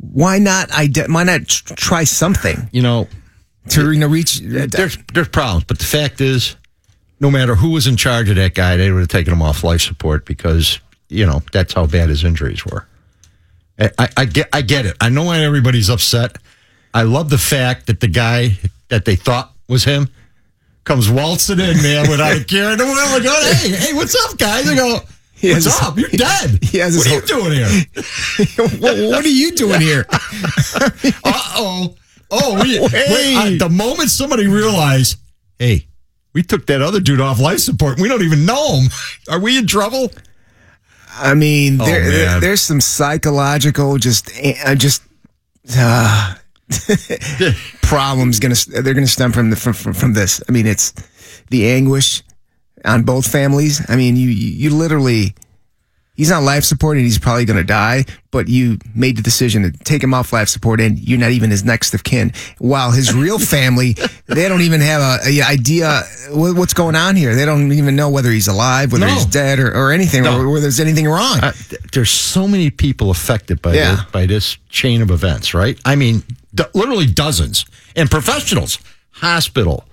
[SPEAKER 2] Why not? Ide- why not tr- try something
[SPEAKER 1] you know,
[SPEAKER 2] to you know, reach? There's,
[SPEAKER 1] there's there's problems, but the fact is, no matter who was in charge of that guy, they would have taken him off life support because you know that's how bad his injuries were. I, I, I get I get it. I know why everybody's upset. I love the fact that the guy that they thought was him comes waltzing in, man, without a care in the world. They go, "Oh, hey, hey, what's up, guys? They go,
[SPEAKER 2] He has
[SPEAKER 1] what's
[SPEAKER 2] his-
[SPEAKER 1] up? You're dead.
[SPEAKER 2] he has
[SPEAKER 1] what are you
[SPEAKER 2] his
[SPEAKER 1] doing here?
[SPEAKER 2] what, what are you doing here?
[SPEAKER 1] Uh oh. Oh, we,
[SPEAKER 2] Wait.
[SPEAKER 1] wait, I- the moment somebody realized, hey, we took that other dude off life support. We don't even know him. Are we in trouble?
[SPEAKER 2] I mean, there,
[SPEAKER 1] Oh, man.
[SPEAKER 2] there- there's some psychological just uh, just uh, problems. Gonna they're gonna stem from the from, from from this. I mean, it's the anguish on both families. I mean, you you you literally. He's on life support and he's probably going to die, but you made the decision to take him off life support and you're not even his next of kin. While his real family, they don't even have a, a idea wha- what's going on here. They don't even know whether he's alive, whether
[SPEAKER 1] No.
[SPEAKER 2] he's dead or, or anything,
[SPEAKER 1] No.
[SPEAKER 2] or whether there's anything wrong.
[SPEAKER 1] Uh, th- there's so many people affected by
[SPEAKER 2] Yeah.
[SPEAKER 1] this, by this chain of events, right? I mean, d- literally dozens and professionals, hospital,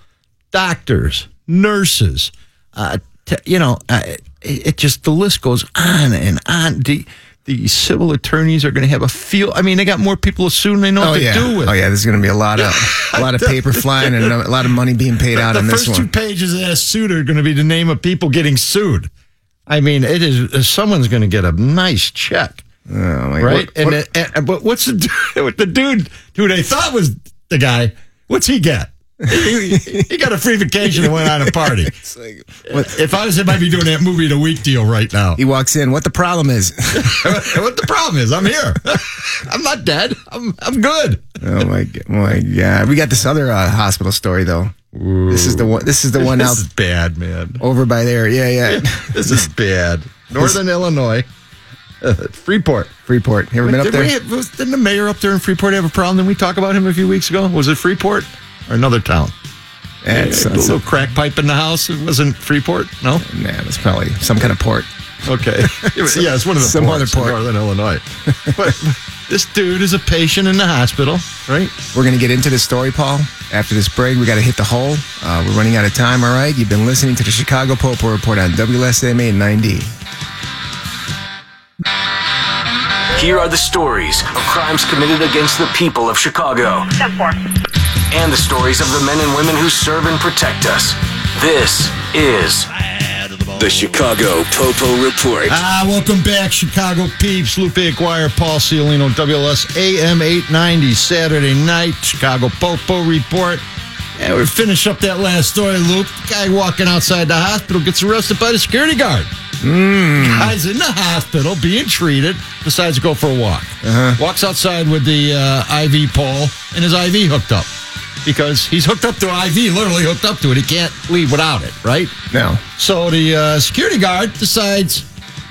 [SPEAKER 1] doctors, nurses, uh, t- you know, uh, it, it just the list goes on and on. The the civil attorneys are going to have a field. I mean, they got more people to sue than they know what to
[SPEAKER 2] yeah.
[SPEAKER 1] do with.
[SPEAKER 2] Oh yeah, there's going to be a lot of a lot of paper flying and a lot of money being paid out
[SPEAKER 1] the
[SPEAKER 2] on
[SPEAKER 1] first
[SPEAKER 2] this
[SPEAKER 1] two
[SPEAKER 2] one.
[SPEAKER 1] pages of that suit are going to be the name of people getting sued. I mean, it is uh, someone's going to get a nice check,
[SPEAKER 2] Oh, my-
[SPEAKER 1] right?
[SPEAKER 2] what-
[SPEAKER 1] and,
[SPEAKER 2] what-
[SPEAKER 1] it- and- but what's the dude, the dude who they thought was the guy? What's he get? he, he got a free vacation and went on a party.
[SPEAKER 2] It's like,
[SPEAKER 1] If I was him, I'd be doing that movie of the week deal right now.
[SPEAKER 2] he walks in. What the problem is?
[SPEAKER 1] what the problem is, I'm here. I'm not dead. I'm I'm good.
[SPEAKER 2] oh my god! My god! We got this other uh, hospital story though. This is the one. This is the one
[SPEAKER 1] this
[SPEAKER 2] out
[SPEAKER 1] is bad, man.
[SPEAKER 2] over by there. Yeah, yeah.
[SPEAKER 1] This is bad. Northern Illinois, uh, Freeport.
[SPEAKER 2] Freeport. You ever been up
[SPEAKER 1] Did
[SPEAKER 2] there?
[SPEAKER 1] we have- was- didn't the mayor up there in Freeport have a problem? Didn't we talk about him a few weeks ago? Was it Freeport or another town?
[SPEAKER 2] That's,
[SPEAKER 1] a little crack pipe in the house. It wasn't Freeport. No.
[SPEAKER 2] nah, that's probably some kind of port.
[SPEAKER 1] Okay. It was- yeah, it's one of the
[SPEAKER 2] Some
[SPEAKER 1] ports
[SPEAKER 2] other port.
[SPEAKER 1] in Northern Illinois. But this dude is a patient in the hospital, right?
[SPEAKER 2] We're going to get into this story, Paul, after this break. We got to hit the hole. Uh, we're running out of time, all right? You've been listening to the Chicago Popo Report on WSMA 90.
[SPEAKER 3] Here are the stories of crimes committed against the people of Chicago and the stories of the men and women who serve and protect us. This is
[SPEAKER 4] The Chicago Popo Report.
[SPEAKER 1] Ah, welcome back, Chicago peeps. Lupe Aguirre, Paul Ciolino, WLS AM 890, Saturday night, Chicago Popo Report. And we finish up that last story, Luke. Guy walking outside the hospital gets arrested by the security guard. Guy's in the hospital being treated, decides to go for a walk. Walks outside with the uh, IV pole and his IV hooked up because he's hooked up to IV, literally hooked up to it. He can't leave without it, right?
[SPEAKER 2] No.
[SPEAKER 1] So the uh, security guard decides,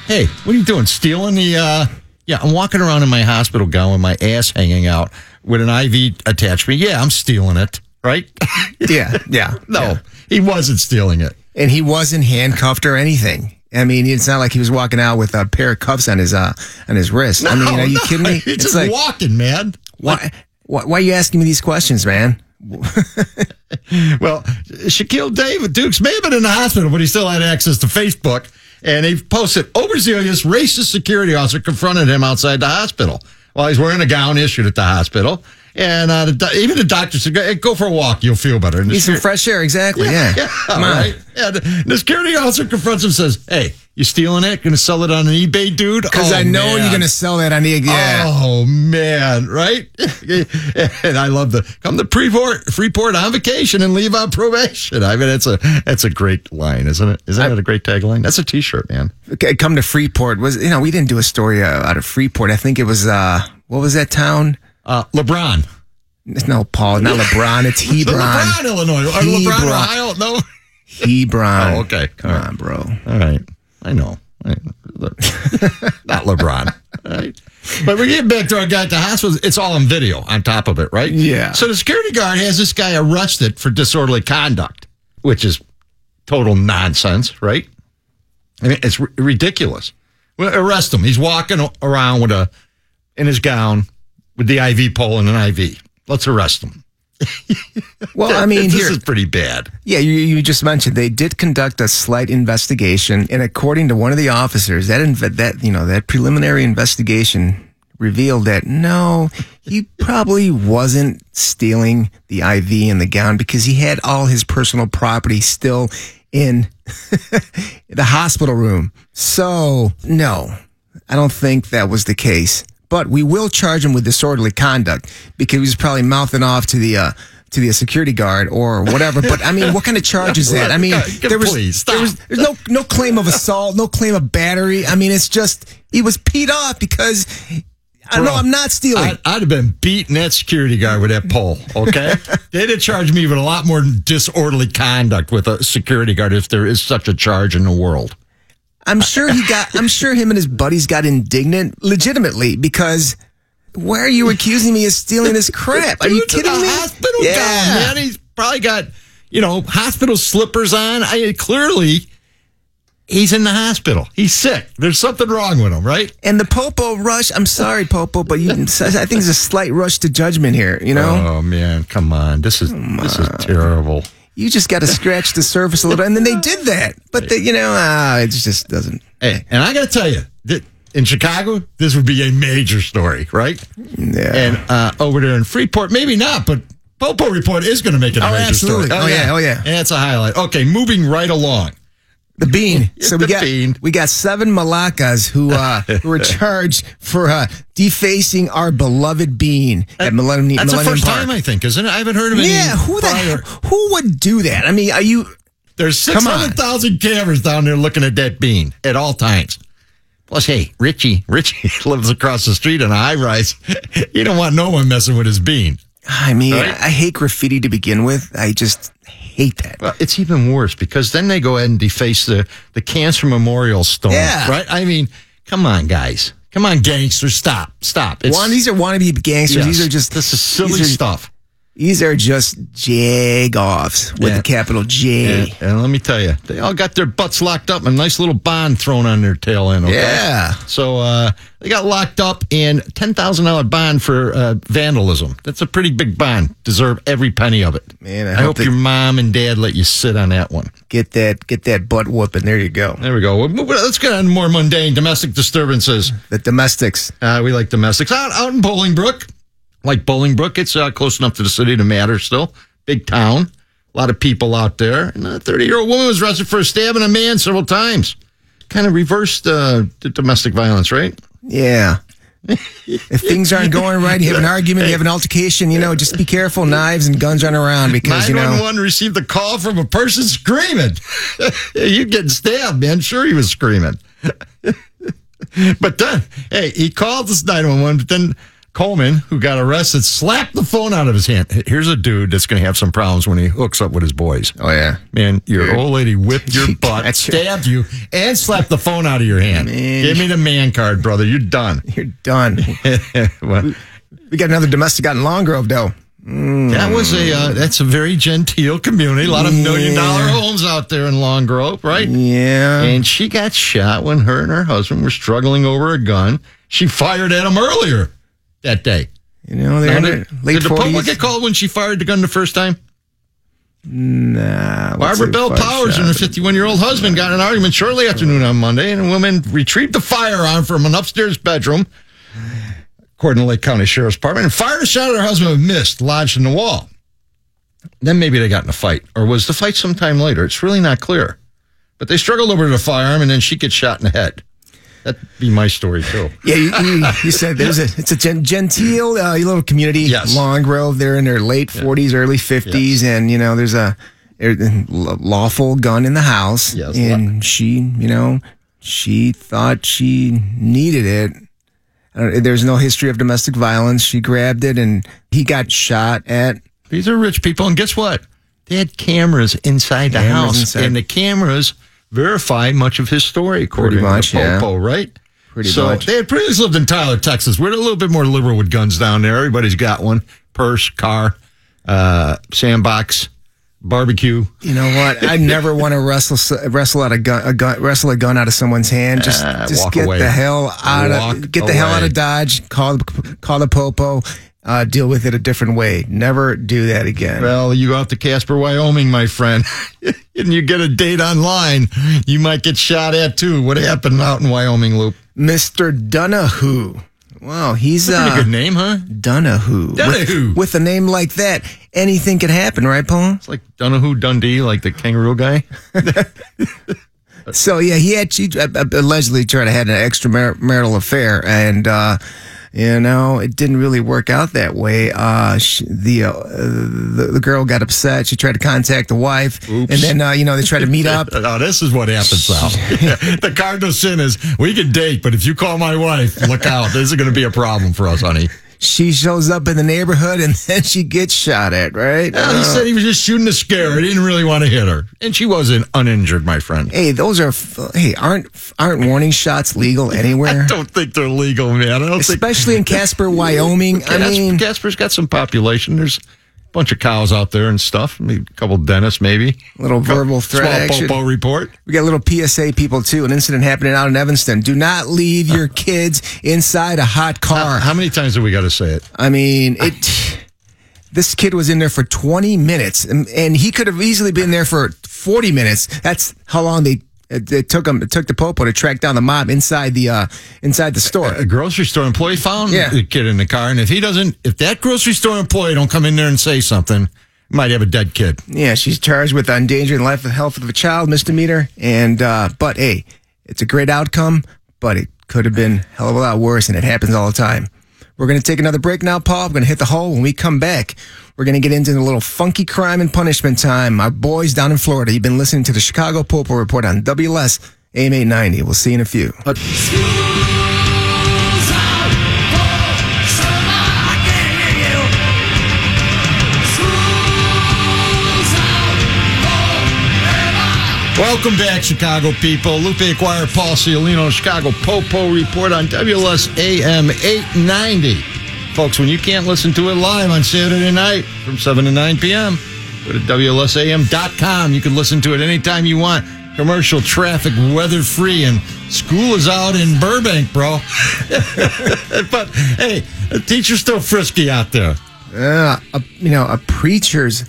[SPEAKER 1] "Hey, what are you doing? Stealing the?" Uh, yeah, I'm walking around in my hospital gown with my ass hanging out with an IV attachment. Yeah, I'm stealing it, right?
[SPEAKER 2] Yeah, yeah.
[SPEAKER 1] no,
[SPEAKER 2] yeah.
[SPEAKER 1] he wasn't stealing it.
[SPEAKER 2] And he wasn't handcuffed or anything. I mean, it's not like he was walking out with a pair of cuffs on his uh, on his wrist. I mean,
[SPEAKER 1] No,
[SPEAKER 2] are you
[SPEAKER 1] Oh, no,
[SPEAKER 2] kidding me?
[SPEAKER 1] He's just
[SPEAKER 2] like,
[SPEAKER 1] walking, man.
[SPEAKER 2] why, why, why are you asking me these questions, man?
[SPEAKER 1] Well, Shaquille David Dukes may have been in the hospital, but he still had access to Facebook. And he posted, overzealous racist security officer confronted him outside the hospital while he's wearing a gown issued at the hospital. And uh, the, do- even the doctor said, "Hey, go for a walk. You'll feel better. And the
[SPEAKER 2] Need some
[SPEAKER 1] secu-
[SPEAKER 2] fresh air, exactly. Yeah.
[SPEAKER 1] yeah,
[SPEAKER 2] Come on.
[SPEAKER 1] right. Yeah, the, the security officer confronts him says, hey, you stealing it? Going to sell it on an eBay, dude?
[SPEAKER 2] Because
[SPEAKER 1] Oh,
[SPEAKER 2] I know
[SPEAKER 1] man.
[SPEAKER 2] you're going to sell that on the. Yeah.
[SPEAKER 1] Oh man, right? and I love the come to Freeport, Freeport on vacation and leave on probation. I mean, that's a that's a great line, isn't it? Isn't that a great tagline? That's a T-shirt, man.
[SPEAKER 2] Okay, come to Freeport was you know we didn't do a story uh, out of Freeport. I think it was uh what was that town?
[SPEAKER 1] Uh, LeBron,
[SPEAKER 2] No, Paul, not LeBron. It's
[SPEAKER 1] The
[SPEAKER 2] Hebron.
[SPEAKER 1] LeBron, Illinois, or
[SPEAKER 2] Hebron.
[SPEAKER 1] LeBron, Ohio? No.
[SPEAKER 2] Hebron.
[SPEAKER 1] Oh, okay.
[SPEAKER 2] Come
[SPEAKER 1] All right.
[SPEAKER 2] on, bro.
[SPEAKER 1] All right, I know. I- Not LeBron. All right. But we're getting back to our guy at the hospital. It's all on video on top of it, right?
[SPEAKER 2] Yeah.
[SPEAKER 1] So the security guard has this guy arrested for disorderly conduct, which is total nonsense, right? I mean, it's r- ridiculous. Well, arrest him. He's walking a- around with a in his gown with the IV pole and an IV. Let's arrest him.
[SPEAKER 2] Well, I mean,
[SPEAKER 1] this
[SPEAKER 2] here,
[SPEAKER 1] is pretty bad.
[SPEAKER 2] yeah, you, you just mentioned they did conduct a slight investigation, and according to one of the officers, that inve- that you know that preliminary investigation revealed that no, he probably wasn't stealing the IV and the gown because he had all his personal property still in the hospital room. So no, I don't think that was the case. But we will charge him with disorderly conduct because he was probably mouthing off to the uh, to the security guard or whatever. But I mean, what kind of charge is that? I mean,
[SPEAKER 1] God,
[SPEAKER 2] there was,
[SPEAKER 1] please, stop.
[SPEAKER 2] there was there's no no claim of assault, no claim of battery. I mean, it's just he was peed off because I know
[SPEAKER 1] Bro,
[SPEAKER 2] I'm not stealing.
[SPEAKER 1] I'd, I'd have been beating that security guard with that pole. Okay, they'd have charged me with a lot more disorderly conduct with a security guard if there is such a charge in the world.
[SPEAKER 2] I'm sure he got. I'm sure him and his buddies got indignant, legitimately, because why are you accusing me of stealing this crap? Are you
[SPEAKER 1] Dude's in
[SPEAKER 2] kidding
[SPEAKER 1] a
[SPEAKER 2] me?
[SPEAKER 1] Hospital
[SPEAKER 2] yeah.
[SPEAKER 1] gown, man. He's probably got you know hospital slippers on. I clearly. He's in the hospital. He's sick. There's something wrong with him, right?
[SPEAKER 2] And the Popo rush. I'm sorry, Popo, but you, I think there's a slight rush to judgment here. You know,
[SPEAKER 1] Oh man, come on. This is this is terrible.
[SPEAKER 2] you just got to scratch the surface a little. And then they did that, but the, you know, ah, it just doesn't.
[SPEAKER 1] Hey, and I got to tell you, that in Chicago, this would be a major story, right?
[SPEAKER 2] Yeah.
[SPEAKER 1] And uh, over there in Freeport, maybe not, but Popo Report is going to make it a
[SPEAKER 2] Oh,
[SPEAKER 1] major
[SPEAKER 2] absolutely.
[SPEAKER 1] story.
[SPEAKER 2] Oh, yeah. Oh, yeah.
[SPEAKER 1] And it's a highlight. Okay, moving right along.
[SPEAKER 2] The bean. So we
[SPEAKER 1] The
[SPEAKER 2] got
[SPEAKER 1] bean.
[SPEAKER 2] we got seven Malakas who uh, who were charged for uh, defacing our beloved bean at Millennium,
[SPEAKER 1] That's the
[SPEAKER 2] Millennium
[SPEAKER 1] first
[SPEAKER 2] Park.
[SPEAKER 1] time I think, isn't it? I haven't heard of any.
[SPEAKER 2] yeah, who the
[SPEAKER 1] prior.
[SPEAKER 2] who would do that? I mean, are you?
[SPEAKER 1] There's
[SPEAKER 2] Come on.
[SPEAKER 1] 600,000 cameras down there looking at that bean at all times. Plus, hey, Richie, Richie lives across the street in a high rise. You don't want no one messing with his bean.
[SPEAKER 2] I mean,
[SPEAKER 1] Right.
[SPEAKER 2] I hate graffiti to begin with. I just hate that.
[SPEAKER 1] Well, it's even worse because then they go ahead and deface the, the Cancer Memorial Stone.
[SPEAKER 2] Yeah.
[SPEAKER 1] Right? I mean, come on, guys. Come on, gangsters. Stop. Stop. It's-
[SPEAKER 2] One, these are wannabe
[SPEAKER 1] yes.
[SPEAKER 2] gangsters. These are just
[SPEAKER 1] This is silly
[SPEAKER 2] these are-
[SPEAKER 1] stuff.
[SPEAKER 2] These are just jag offs with
[SPEAKER 1] Yeah.
[SPEAKER 2] the capital J.
[SPEAKER 1] And, and let me tell you, they all got their butts locked up and a nice little bond thrown on their tail end. Okay?
[SPEAKER 2] Yeah.
[SPEAKER 1] So uh, they got locked up in ten thousand dollar bond for uh, vandalism. That's a pretty big bond. Deserve every penny of it.
[SPEAKER 2] Man,
[SPEAKER 1] I
[SPEAKER 2] I hope
[SPEAKER 1] hope
[SPEAKER 2] they-
[SPEAKER 1] your mom and dad let you sit on that one.
[SPEAKER 2] Get that, get that butt whooping. There you go.
[SPEAKER 1] There we go. Well, mo- Let's get on to more mundane domestic disturbances.
[SPEAKER 2] The domestics.
[SPEAKER 1] Uh, we like domestics out out in Bolingbrook. Like Bolingbrook, it's uh, close enough to the city to matter still. Big town, a lot of people out there. And a 30 year old woman was arrested for stabbing a man several times. Kind of reversed uh, the domestic violence, right?
[SPEAKER 2] Yeah. if things aren't going right, you have an argument, you have an altercation. You know, just be careful. Knives and guns aren't around because you know.
[SPEAKER 1] 911 received a call from a person screaming. you getting stabbed, man. Sure, he was screaming. but then, hey, he called this 911, but then Coleman, who got arrested, slapped the phone out of his hand. Here's a dude that's going to have some problems when he hooks up with his boys.
[SPEAKER 2] Oh yeah.
[SPEAKER 1] Man, your old lady whipped your
[SPEAKER 2] She
[SPEAKER 1] butt,
[SPEAKER 2] got you.
[SPEAKER 1] stabbed you, and slapped the phone out of your hand.
[SPEAKER 2] Man.
[SPEAKER 1] Give me the man card, brother. You're done.
[SPEAKER 2] You're done.
[SPEAKER 1] Well,
[SPEAKER 2] we got another domestic out in Long Grove though.
[SPEAKER 1] That was a uh, that's a very genteel community. A lot of million dollar homes out there in Long Grove, right?
[SPEAKER 2] Yeah.
[SPEAKER 1] And she got shot when her and her husband were struggling over a gun. She fired at him earlier that day.
[SPEAKER 2] You know, they're
[SPEAKER 1] Now,
[SPEAKER 2] in
[SPEAKER 1] did,
[SPEAKER 2] their late
[SPEAKER 1] did the public get
[SPEAKER 2] forties.
[SPEAKER 1] called when she fired the gun the first time?
[SPEAKER 2] Nah. what's
[SPEAKER 1] Barbara
[SPEAKER 2] her
[SPEAKER 1] Bell
[SPEAKER 2] fuck
[SPEAKER 1] Powers
[SPEAKER 2] shot?
[SPEAKER 1] and her 51 year old husband got in an argument shortly afternoon on Monday, and a woman retrieved the firearm from an upstairs bedroom, according to Lake County Sheriff's Department, and fired a shot at her husband but missed, lodged in the wall. Then maybe they got in a fight, or was the fight sometime later? It's really not clear. But they struggled over the firearm, and then she gets shot in the head. That'd be my story, too.
[SPEAKER 2] Yeah, you, you, you said there's a it's a gen- genteel uh, little community,
[SPEAKER 1] Yes.
[SPEAKER 2] Long Grove. They're in their late 40s, early 50s, and you know there's a there- l- lawful gun in the house,
[SPEAKER 1] Yes.
[SPEAKER 2] and she, you know, she thought she needed it. I don't- There's no history of domestic violence. She grabbed it, and he got shot at.
[SPEAKER 1] These are rich people, and guess what? They had cameras inside the
[SPEAKER 2] Cameras
[SPEAKER 1] house,
[SPEAKER 2] inside.
[SPEAKER 1] and the cameras verify much of his story, according
[SPEAKER 2] much,
[SPEAKER 1] to
[SPEAKER 2] yeah.
[SPEAKER 1] Popo, right?
[SPEAKER 2] Pretty
[SPEAKER 1] so
[SPEAKER 2] much.
[SPEAKER 1] they had previously lived in Tyler, Texas. We're a little bit more liberal with guns down there. Everybody's got one: purse, car, uh, sandbox, barbecue.
[SPEAKER 2] You know what? I never want to wrestle s- wrestle out a gun, a gun wrestle a gun out of someone's hand. Just just
[SPEAKER 1] Uh, walk
[SPEAKER 2] get
[SPEAKER 1] away.
[SPEAKER 2] the hell out
[SPEAKER 1] Walk
[SPEAKER 2] of get the hell out
[SPEAKER 1] away.
[SPEAKER 2] of Dodge. Call the- call the popo. Uh, deal with it a different way. Never do that again.
[SPEAKER 1] Well, you go out to Casper, Wyoming, my friend, and you get a date online, you might get shot at too. What happened out in Wyoming, Loop?
[SPEAKER 2] Mister Donahue. Wow, he's
[SPEAKER 1] Pretty
[SPEAKER 2] uh,
[SPEAKER 1] good name, huh?
[SPEAKER 2] Donahue. With-
[SPEAKER 1] Donahue.
[SPEAKER 2] With, a name like that, anything could happen, right, Paul?
[SPEAKER 1] It's like Donahue Dundee, like the kangaroo guy.
[SPEAKER 2] So yeah, he had she uh, uh, allegedly tried to had an extramarital affair, and uh, you know it didn't really work out that way. Uh, she, the, uh, the the girl got upset. She tried to contact the wife, and then uh, you know they tried to meet up.
[SPEAKER 1] Oh, this is what happens, Sal. the cardinal sin is we can date, but if you call my wife, look out. This is going to be a problem for us, honey.
[SPEAKER 2] She shows up in the neighborhood, and then she gets shot at. Right?
[SPEAKER 1] he
[SPEAKER 2] Uh,
[SPEAKER 1] said he was just shooting a scare. He didn't really want to hit her, and she wasn't uninjured, my friend.
[SPEAKER 2] hey, those are f- hey aren't aren't warning shots legal
[SPEAKER 1] I
[SPEAKER 2] anywhere?
[SPEAKER 1] don't think they're legal, man. I don't
[SPEAKER 2] Especially in Casper, Wyoming. I
[SPEAKER 1] think Casper,
[SPEAKER 2] mean,
[SPEAKER 1] Casper's got some population. There's a bunch of cows out there and stuff. Maybe a couple dentists, maybe.
[SPEAKER 2] Little verbal threat
[SPEAKER 1] Small
[SPEAKER 2] action.
[SPEAKER 1] popo report.
[SPEAKER 2] We got little PSA people too. An incident happening out in Evanston. Do not leave your kids inside a hot car.
[SPEAKER 1] How many times do we got to say it?
[SPEAKER 2] I mean, it. This kid was in there for 20 minutes, and, and he could have easily been there for 40 minutes. That's how long they it, it took him. It took the popo to track down the mob inside the uh, inside the store.
[SPEAKER 1] a grocery store employee found
[SPEAKER 2] Yeah.
[SPEAKER 1] the kid in the car, and if he doesn't, if that grocery store employee don't come in there and say something, might have a dead kid.
[SPEAKER 2] Yeah, she's charged with endangering the life and health of a child misdemeanor. And uh, but hey, it's a great outcome, but it could have been a hell of a lot worse, and it happens all the time. We're gonna take another break now, Paul. We're gonna hit the hole. When we come back, we're gonna get into a little funky crime and punishment time. Our boys down in Florida. You've been listening to the Chicago Popo Report on WLS AM eight ninety. We'll see you in a few.
[SPEAKER 1] Welcome back, Chicago people. Lupe Aguirre, Paul Ciolino, Chicago Popo Report on WLS AM 890. Folks, when you can't listen to it live on Saturday night from 7 to 9 p.m., go to WLSAM.com. You can listen to it anytime you want. Commercial, traffic, weather free, and school is out in Burbank, bro. but hey, the teacher's still frisky out there.
[SPEAKER 2] Uh, a, you know, a preacher's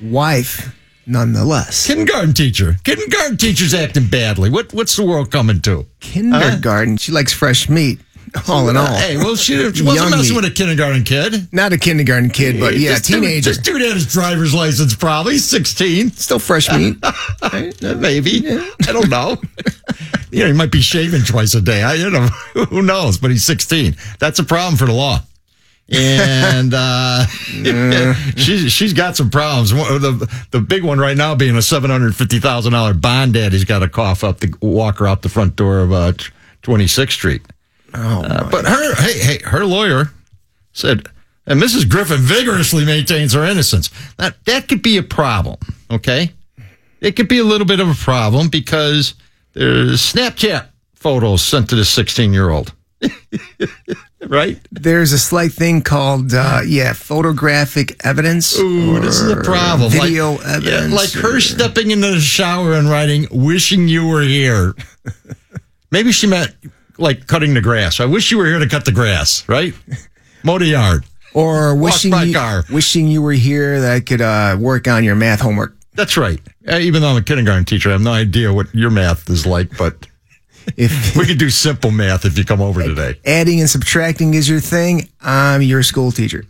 [SPEAKER 2] wife, nonetheless.
[SPEAKER 1] Kindergarten teacher. Kindergarten teacher's acting badly. What, what's the world coming to?
[SPEAKER 2] kindergarten. She likes fresh meat. All in all,
[SPEAKER 1] Uh, Hey, well, she wasn't
[SPEAKER 2] Young
[SPEAKER 1] messing
[SPEAKER 2] meat.
[SPEAKER 1] with a kindergarten kid.
[SPEAKER 2] not a kindergarten kid, but yeah,
[SPEAKER 1] This dude-
[SPEAKER 2] teenager.
[SPEAKER 1] This dude had his driver's license probably. He's 16.
[SPEAKER 2] Still fresh meat. Right?
[SPEAKER 1] Uh, Maybe. I don't know. you know, he might be shaving twice a day. I, you know, who knows? But he's 16. That's a problem for the law. And uh, she's she's got some problems. One of The the big one right now being a seven hundred fifty thousand dollar bond debt. He's got to cough up to walk her out the front door of uh, Twenty Sixth Street. Uh,
[SPEAKER 2] Oh, my.
[SPEAKER 1] But her, hey, hey, her lawyer said, and Mrs. Griffin vigorously maintains her innocence. Now, that could be a problem, okay? It could be a little bit of a problem because there's Snapchat photos sent to the 16 year old, right?
[SPEAKER 2] there's a slight thing called uh, yeah, photographic evidence.
[SPEAKER 1] Ooh, this is a
[SPEAKER 2] or
[SPEAKER 1] problem.
[SPEAKER 2] Video
[SPEAKER 1] like,
[SPEAKER 2] evidence.
[SPEAKER 1] Yeah, like her
[SPEAKER 2] or-
[SPEAKER 1] stepping into the shower and writing, wishing you were here. Maybe she meant like cutting the grass. I wish you were here to cut the grass, right? Mow the yard.
[SPEAKER 2] or wishing
[SPEAKER 1] my
[SPEAKER 2] you,
[SPEAKER 1] car.
[SPEAKER 2] wishing you were here that I could uh, work on your math homework.
[SPEAKER 1] That's right. Uh, Even though I'm a kindergarten teacher, I have no idea what your math is like, but
[SPEAKER 2] If
[SPEAKER 1] we could do simple math if you come over today.
[SPEAKER 2] adding and subtracting is your thing, I'm your school teacher.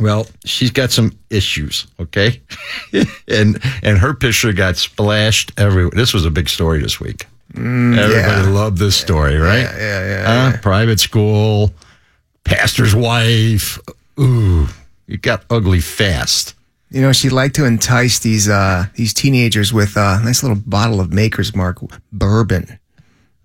[SPEAKER 1] Well, she's got some issues, okay? and and her picture got splashed everywhere. This was a big story this week. Everybody loved this story, right? Mm, Yeah, yeah, yeah, Private school, pastor's wife. Ooh, it got ugly fast.
[SPEAKER 2] You know, she liked to entice these uh, these teenagers with uh, a nice little bottle of Maker's Mark bourbon.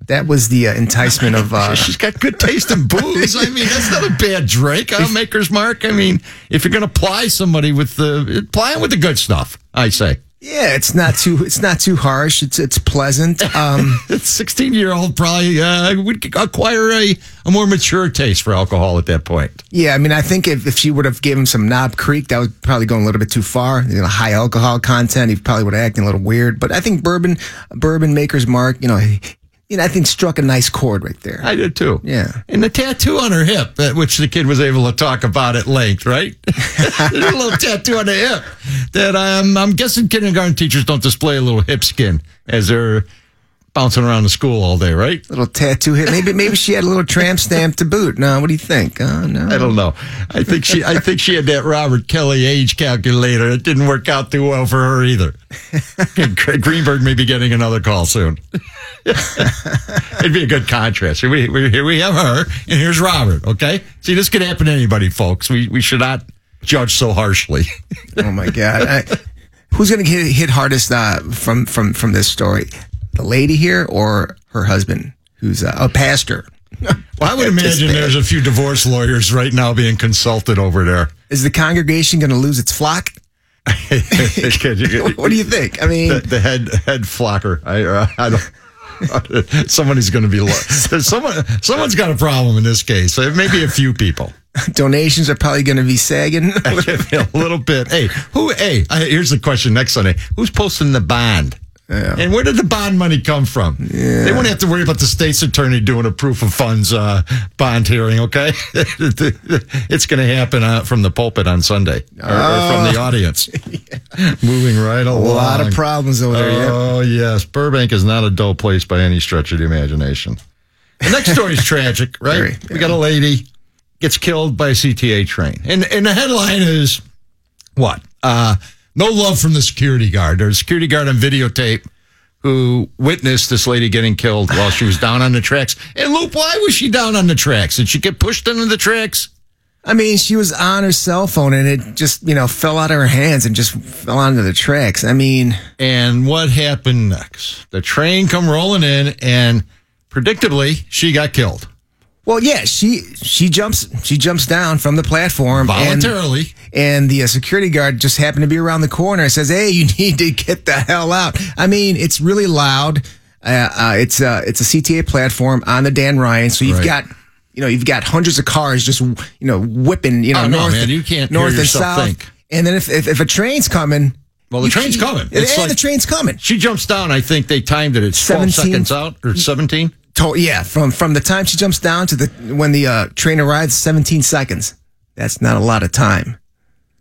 [SPEAKER 2] That was the uh, enticement of. Uh,
[SPEAKER 1] She's got good taste in booze. I mean, that's not a bad drink. Huh? Maker's Mark. I mean, if you're going to ply somebody with the, ply 'em with the good stuff, I say.
[SPEAKER 2] yeah, it's not too it's not too harsh. It's it's pleasant. Um,
[SPEAKER 1] 16 year old probably uh, would acquire a, a more mature taste for alcohol at that point.
[SPEAKER 2] yeah, I mean, I think if, if she would have given him some Knob Creek, that would probably going a little bit too far. You know, high alcohol content, he probably would have acted a little weird. But I think bourbon bourbon Maker's Mark, you know, he, you know, I think struck a nice chord right there.
[SPEAKER 1] I did too.
[SPEAKER 2] Yeah.
[SPEAKER 1] And the tattoo on her hip, uh, which the kid was able to talk about at length, right? There's a little tattoo on the hip that um, I'm guessing kindergarten teachers don't display a little hip skin as they're bouncing around the school all day, right?
[SPEAKER 2] little tattoo hit. Maybe maybe she had a little tramp stamp to boot. No, what do you think? Oh no.
[SPEAKER 1] I don't know. I think she I think she had that Robert Kelly age calculator. It didn't work out too well for her either. Gre- Greenberg may be getting another call soon. It'd be a good contrast. Here we, we, here we have her, and here's Robert. Okay, see this could happen to anybody, folks. We we should not judge so harshly.
[SPEAKER 2] Oh my god! I, who's gonna get hit hardest uh, from from from this story? The lady here or her husband, who's uh, a pastor?
[SPEAKER 1] Well, I would imagine there's a few divorce lawyers right now being consulted over there.
[SPEAKER 2] Is the congregation gonna lose its flock? What do you think? I mean,
[SPEAKER 1] the, the head head flocker. I uh, I don't. Somebody's going to be lo- there's someone. Someone's got a problem in this case. Uh, Maybe a few people.
[SPEAKER 2] donations are probably gonna be sagging.
[SPEAKER 1] a little bit. Hey, who? Hey, I, here's the question next Sunday. Who's posting the bond? And where did the bond money come from? They wouldn't have to worry about the state's attorney doing a proof of funds uh, bond hearing. Okay, it's going to happen uh, from the pulpit on Sunday or, or from the audience. Moving right along.
[SPEAKER 2] Oh. a lot of problems over there. yeah.
[SPEAKER 1] Oh yes, Burbank is not a dull place by any stretch of the imagination. The next story is tragic, right?
[SPEAKER 2] Very,
[SPEAKER 1] We got a lady gets killed by a CTA train, and and the headline is what? Uh, No love from the security guard. There's a security guard on videotape who witnessed this lady getting killed while she was down on the tracks. And Luke, why was she down on the tracks? Did she get pushed into the tracks?
[SPEAKER 2] I mean, she was on her cell phone and it just, you know, fell out of her hands and just fell onto the tracks. I mean,
[SPEAKER 1] And what happened next? The train come rolling in, and predictably, she got killed
[SPEAKER 2] well, yeah, she she jumps she jumps down from the platform and-
[SPEAKER 1] voluntarily.
[SPEAKER 2] and the uh, security guard just happened to be around the corner and says, "Hey, you need to get the hell out." I mean, it's really loud. Uh, uh, it's uh, it's a CTA platform on the Dan Ryan, so you've
[SPEAKER 1] Right.
[SPEAKER 2] got you know you've got hundreds of cars just you know whipping you know
[SPEAKER 1] Oh, no,
[SPEAKER 2] north
[SPEAKER 1] man, you can't hear
[SPEAKER 2] north and
[SPEAKER 1] yourself
[SPEAKER 2] south.
[SPEAKER 1] think.
[SPEAKER 2] And then if, if if a train's coming,
[SPEAKER 1] Well, the
[SPEAKER 2] you
[SPEAKER 1] train's
[SPEAKER 2] can't-
[SPEAKER 1] coming.
[SPEAKER 2] And,
[SPEAKER 1] It's
[SPEAKER 2] and
[SPEAKER 1] like-
[SPEAKER 2] the train's coming.
[SPEAKER 1] She jumps down. I think they timed it at 12
[SPEAKER 2] 17.
[SPEAKER 1] seconds out or 17.
[SPEAKER 2] To- yeah, from from the time she jumps down to the when the uh, train arrives, seventeen seconds. That's not a lot of time.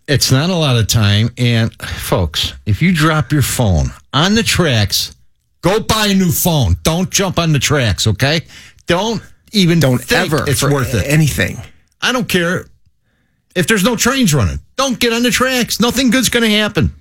[SPEAKER 1] It's not a lot of time. And folks, if you drop your phone on the tracks, go buy a new phone. Don't jump on the tracks, okay? Don't even
[SPEAKER 2] Don't
[SPEAKER 1] think
[SPEAKER 2] ever.
[SPEAKER 1] It's
[SPEAKER 2] for
[SPEAKER 1] worth it.
[SPEAKER 2] Anything.
[SPEAKER 1] I don't care if there's no trains running. Don't get on the tracks. Nothing good's going to happen.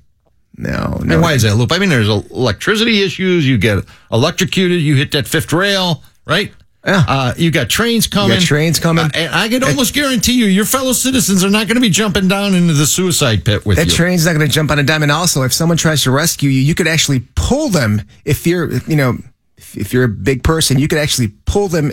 [SPEAKER 2] No.
[SPEAKER 1] And
[SPEAKER 2] No.
[SPEAKER 1] why is that, Loop? I mean, there's electricity issues. You get electrocuted. You hit that fifth rail, right?
[SPEAKER 2] Yeah.
[SPEAKER 1] Uh, you got trains coming.
[SPEAKER 2] trains coming.
[SPEAKER 1] Uh, and I can almost guarantee you, your fellow citizens are not going to be jumping down into the suicide pit with
[SPEAKER 2] That
[SPEAKER 1] you.
[SPEAKER 2] train's not going to jump on a dime. And also, if someone tries to rescue you, you could actually pull them. If you're, you know, if, if you're a big person, you could actually pull them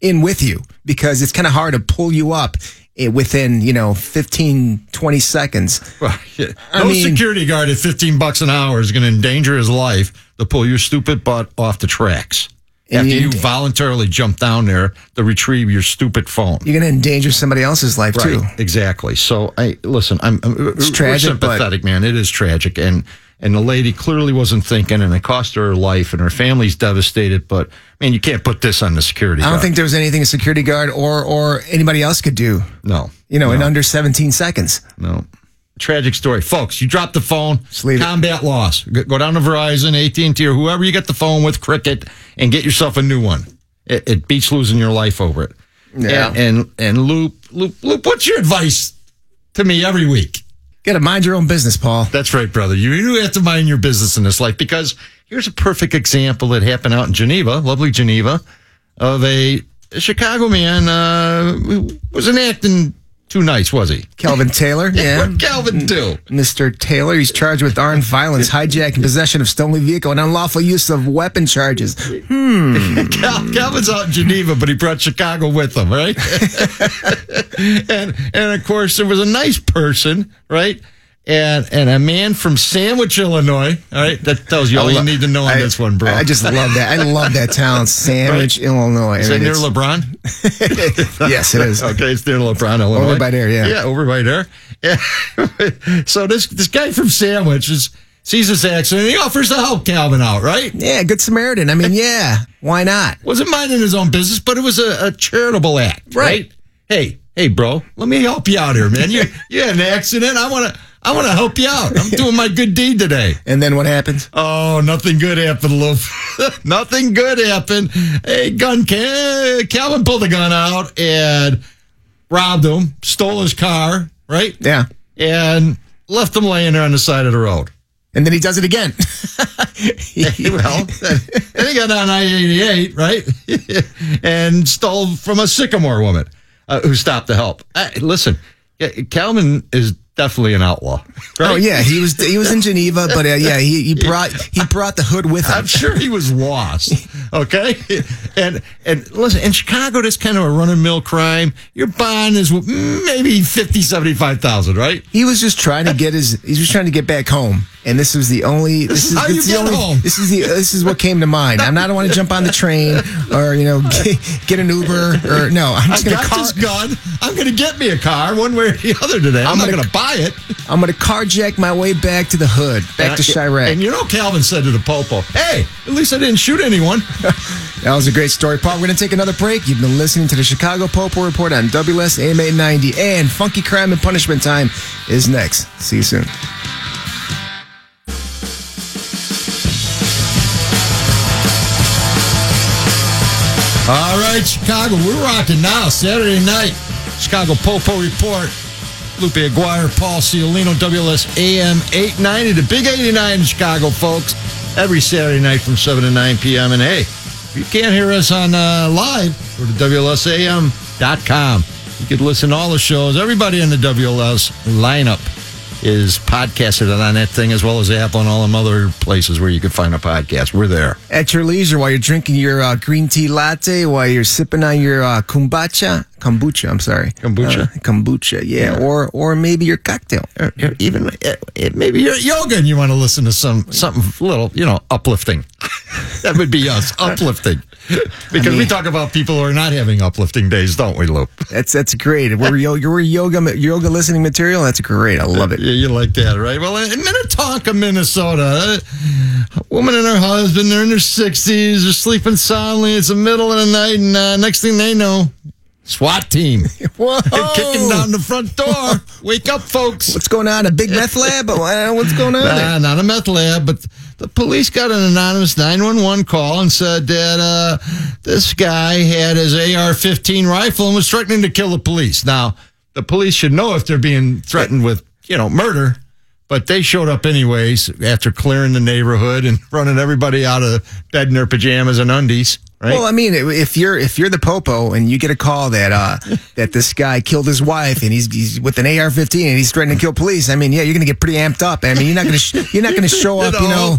[SPEAKER 2] in with you because it's kind of hard to pull you up eh, within, you know, 15, 20 seconds.
[SPEAKER 1] Well, yeah.
[SPEAKER 2] I
[SPEAKER 1] no
[SPEAKER 2] mean-
[SPEAKER 1] security guard at 15 bucks an hour is going to endanger his life to pull your stupid butt off the tracks
[SPEAKER 2] And
[SPEAKER 1] after
[SPEAKER 2] you-
[SPEAKER 1] you voluntarily jump down there to retrieve your stupid phone.
[SPEAKER 2] You're going to endanger somebody else's life too.
[SPEAKER 1] Right, exactly. So I listen. I'm, I'm it's
[SPEAKER 2] tragic,
[SPEAKER 1] sympathetic, man. It is tragic, and and the lady clearly wasn't thinking, and it cost her her life, and her family's devastated. But man, you can't put this on the security.
[SPEAKER 2] I don't
[SPEAKER 1] guard.
[SPEAKER 2] think there was anything a security guard or, or anybody else could do,
[SPEAKER 1] no,
[SPEAKER 2] you know, in under 17 seconds.
[SPEAKER 1] no. Tragic story, folks. You drop the phone.
[SPEAKER 2] leave it.
[SPEAKER 1] Combat loss. Go go down to Verizon, AT and T, or whoever you get the phone with, Cricket, and get yourself a new one. It, it beats losing your life over it.
[SPEAKER 2] Yeah.
[SPEAKER 1] And and, and loop loop loop. What's your advice to me every week?
[SPEAKER 2] Got to mind your own business, Paul.
[SPEAKER 1] That's right, brother. You do have to mind your business in this life because here's a perfect example that happened out in Geneva, lovely Geneva, of a Chicago man uh, who wasn't acting too nice, was he?
[SPEAKER 2] Kelvin Taylor. Yeah.
[SPEAKER 1] What Calvin do?
[SPEAKER 2] Mr. Taylor. He's charged with armed violence, hijacking, possession of stolen vehicle, and unlawful use of weapon charges.
[SPEAKER 1] Cal- Calvin's out in Geneva, but he brought Chicago with him, right? and and of course there was a nice person, right? And and a man from Sandwich, Illinois. All right, that tells you all you need to know on
[SPEAKER 2] I-
[SPEAKER 1] this one, bro.
[SPEAKER 2] I just love that. I love that town, Sandwich, Illinois. I
[SPEAKER 1] is that
[SPEAKER 2] mean,
[SPEAKER 1] near
[SPEAKER 2] it's-
[SPEAKER 1] LeBron?
[SPEAKER 2] yes, it is.
[SPEAKER 1] Okay, it's near LeBron, Illinois.
[SPEAKER 2] Over by there, yeah.
[SPEAKER 1] Yeah, over by there. Yeah. so this this guy from Sandwich is, sees this accident. And he offers to help Calvin out, right?
[SPEAKER 2] Yeah, Good Samaritan. I mean, yeah, why not?
[SPEAKER 1] Wasn't minding his own business, but it was a, a charitable act, right. Hey, hey, bro, let me help you out here, man. You you had an accident. I wanna I wanna help you out. I'm doing my good deed today.
[SPEAKER 2] And then what happens?
[SPEAKER 1] Oh, nothing good happened, Loaf. nothing good happened. Hey, gun ca- Calvin pulled the gun out and robbed him, stole his car, right?
[SPEAKER 2] Yeah.
[SPEAKER 1] And left him laying there on the side of the road.
[SPEAKER 2] And then he does it again.
[SPEAKER 1] Well, then then he got on I 88, right? and stole from a sycamore woman uh, who stopped to help. Uh, listen, yeah, Calvin is definitely an outlaw. Right?
[SPEAKER 2] Oh yeah, he was he was in Geneva, but uh, yeah, he, he brought he brought the hood with him.
[SPEAKER 1] I'm sure he was lost. Okay, and and listen, in Chicago, this kind of a run and mill crime, your bond is maybe fifty, seventy-five thousand, right?
[SPEAKER 2] He was just trying to get his. He was trying to get back home, and this was the only. This,
[SPEAKER 1] is
[SPEAKER 2] is
[SPEAKER 1] how
[SPEAKER 2] this
[SPEAKER 1] you
[SPEAKER 2] is the
[SPEAKER 1] get
[SPEAKER 2] only,
[SPEAKER 1] home.
[SPEAKER 2] This is the. This is what came to mind. I'm not. I want to jump on the train or you know get, get an Uber or no. I'm
[SPEAKER 1] I
[SPEAKER 2] just gonna
[SPEAKER 1] got
[SPEAKER 2] car.
[SPEAKER 1] this gun. I'm going to get me a car one way or the other today. I'm,
[SPEAKER 2] I'm
[SPEAKER 1] not
[SPEAKER 2] gonna-
[SPEAKER 1] going to buy it.
[SPEAKER 2] I'm gonna carjack my way back to the hood, back to Chirac.
[SPEAKER 1] And you know, Calvin said to the Popo, "Hey, at least I didn't shoot anyone."
[SPEAKER 2] that was a great story, Paul. We're gonna take another break. You've been listening to the Chicago Popo Report on WLS AMA 90, and Funky Crime and Punishment Time is next. See you soon.
[SPEAKER 1] All right, Chicago, we're rocking now. Saturday night, Chicago Popo Report. Lupe Aguirre, Paul Ciolino, WLS AM 890, the Big 89 in Chicago, folks. Every Saturday night from 7 to 9 p.m. And hey, if you can't hear us on uh, live, go to WLSAM.com. You could listen to all the shows. Everybody in the WLS lineup is podcasted on that thing, as well as Apple and all them other places where you could find a podcast. We're there.
[SPEAKER 2] At your leisure, while you're drinking your uh, green tea latte, while you're sipping on your uh, kombucha, kombucha, I'm sorry,
[SPEAKER 1] Kombucha.
[SPEAKER 2] Uh, kombucha, yeah, or or maybe your cocktail.
[SPEAKER 1] or, or even uh, it, maybe you're at yoga and you want to listen to some something little, you know, uplifting. that would be us, uplifting. Because we
[SPEAKER 2] mean-
[SPEAKER 1] talk about people who are not having uplifting days, don't we, Loop?
[SPEAKER 2] That's that's great. We're yo- you're yoga ma- yoga listening material. That's great. I love
[SPEAKER 1] Yeah,
[SPEAKER 2] it.
[SPEAKER 1] you like that, right? Well, in Minnetonka, Minnesota, a woman and her husband, they're in their 60s, they're sleeping soundly. It's the middle of the night, and uh, next thing they know, SWAT team.
[SPEAKER 2] Whoa!
[SPEAKER 1] They're kicking down the front door. Wake up, folks.
[SPEAKER 2] What's going on? A big meth lab? Uh, What's going on?
[SPEAKER 1] Nah, Ah, not a meth lab, but the police got an anonymous 911 call and said that uh, this guy had his AR 15 rifle and was threatening to kill the police. Now, the police should know if they're being threatened with, you know, murder, but they showed up anyways after clearing the neighborhood and running everybody out of bed in their pajamas and undies, right?
[SPEAKER 2] Well, uh I mean, if you're if you're the popo and you get a call that uh, that this guy killed his wife and he's, he's with an AR-15 and he's threatening to kill police, I mean, yeah, you're gonna get pretty amped up. I mean, you're not gonna sh- you're not gonna show up, you know,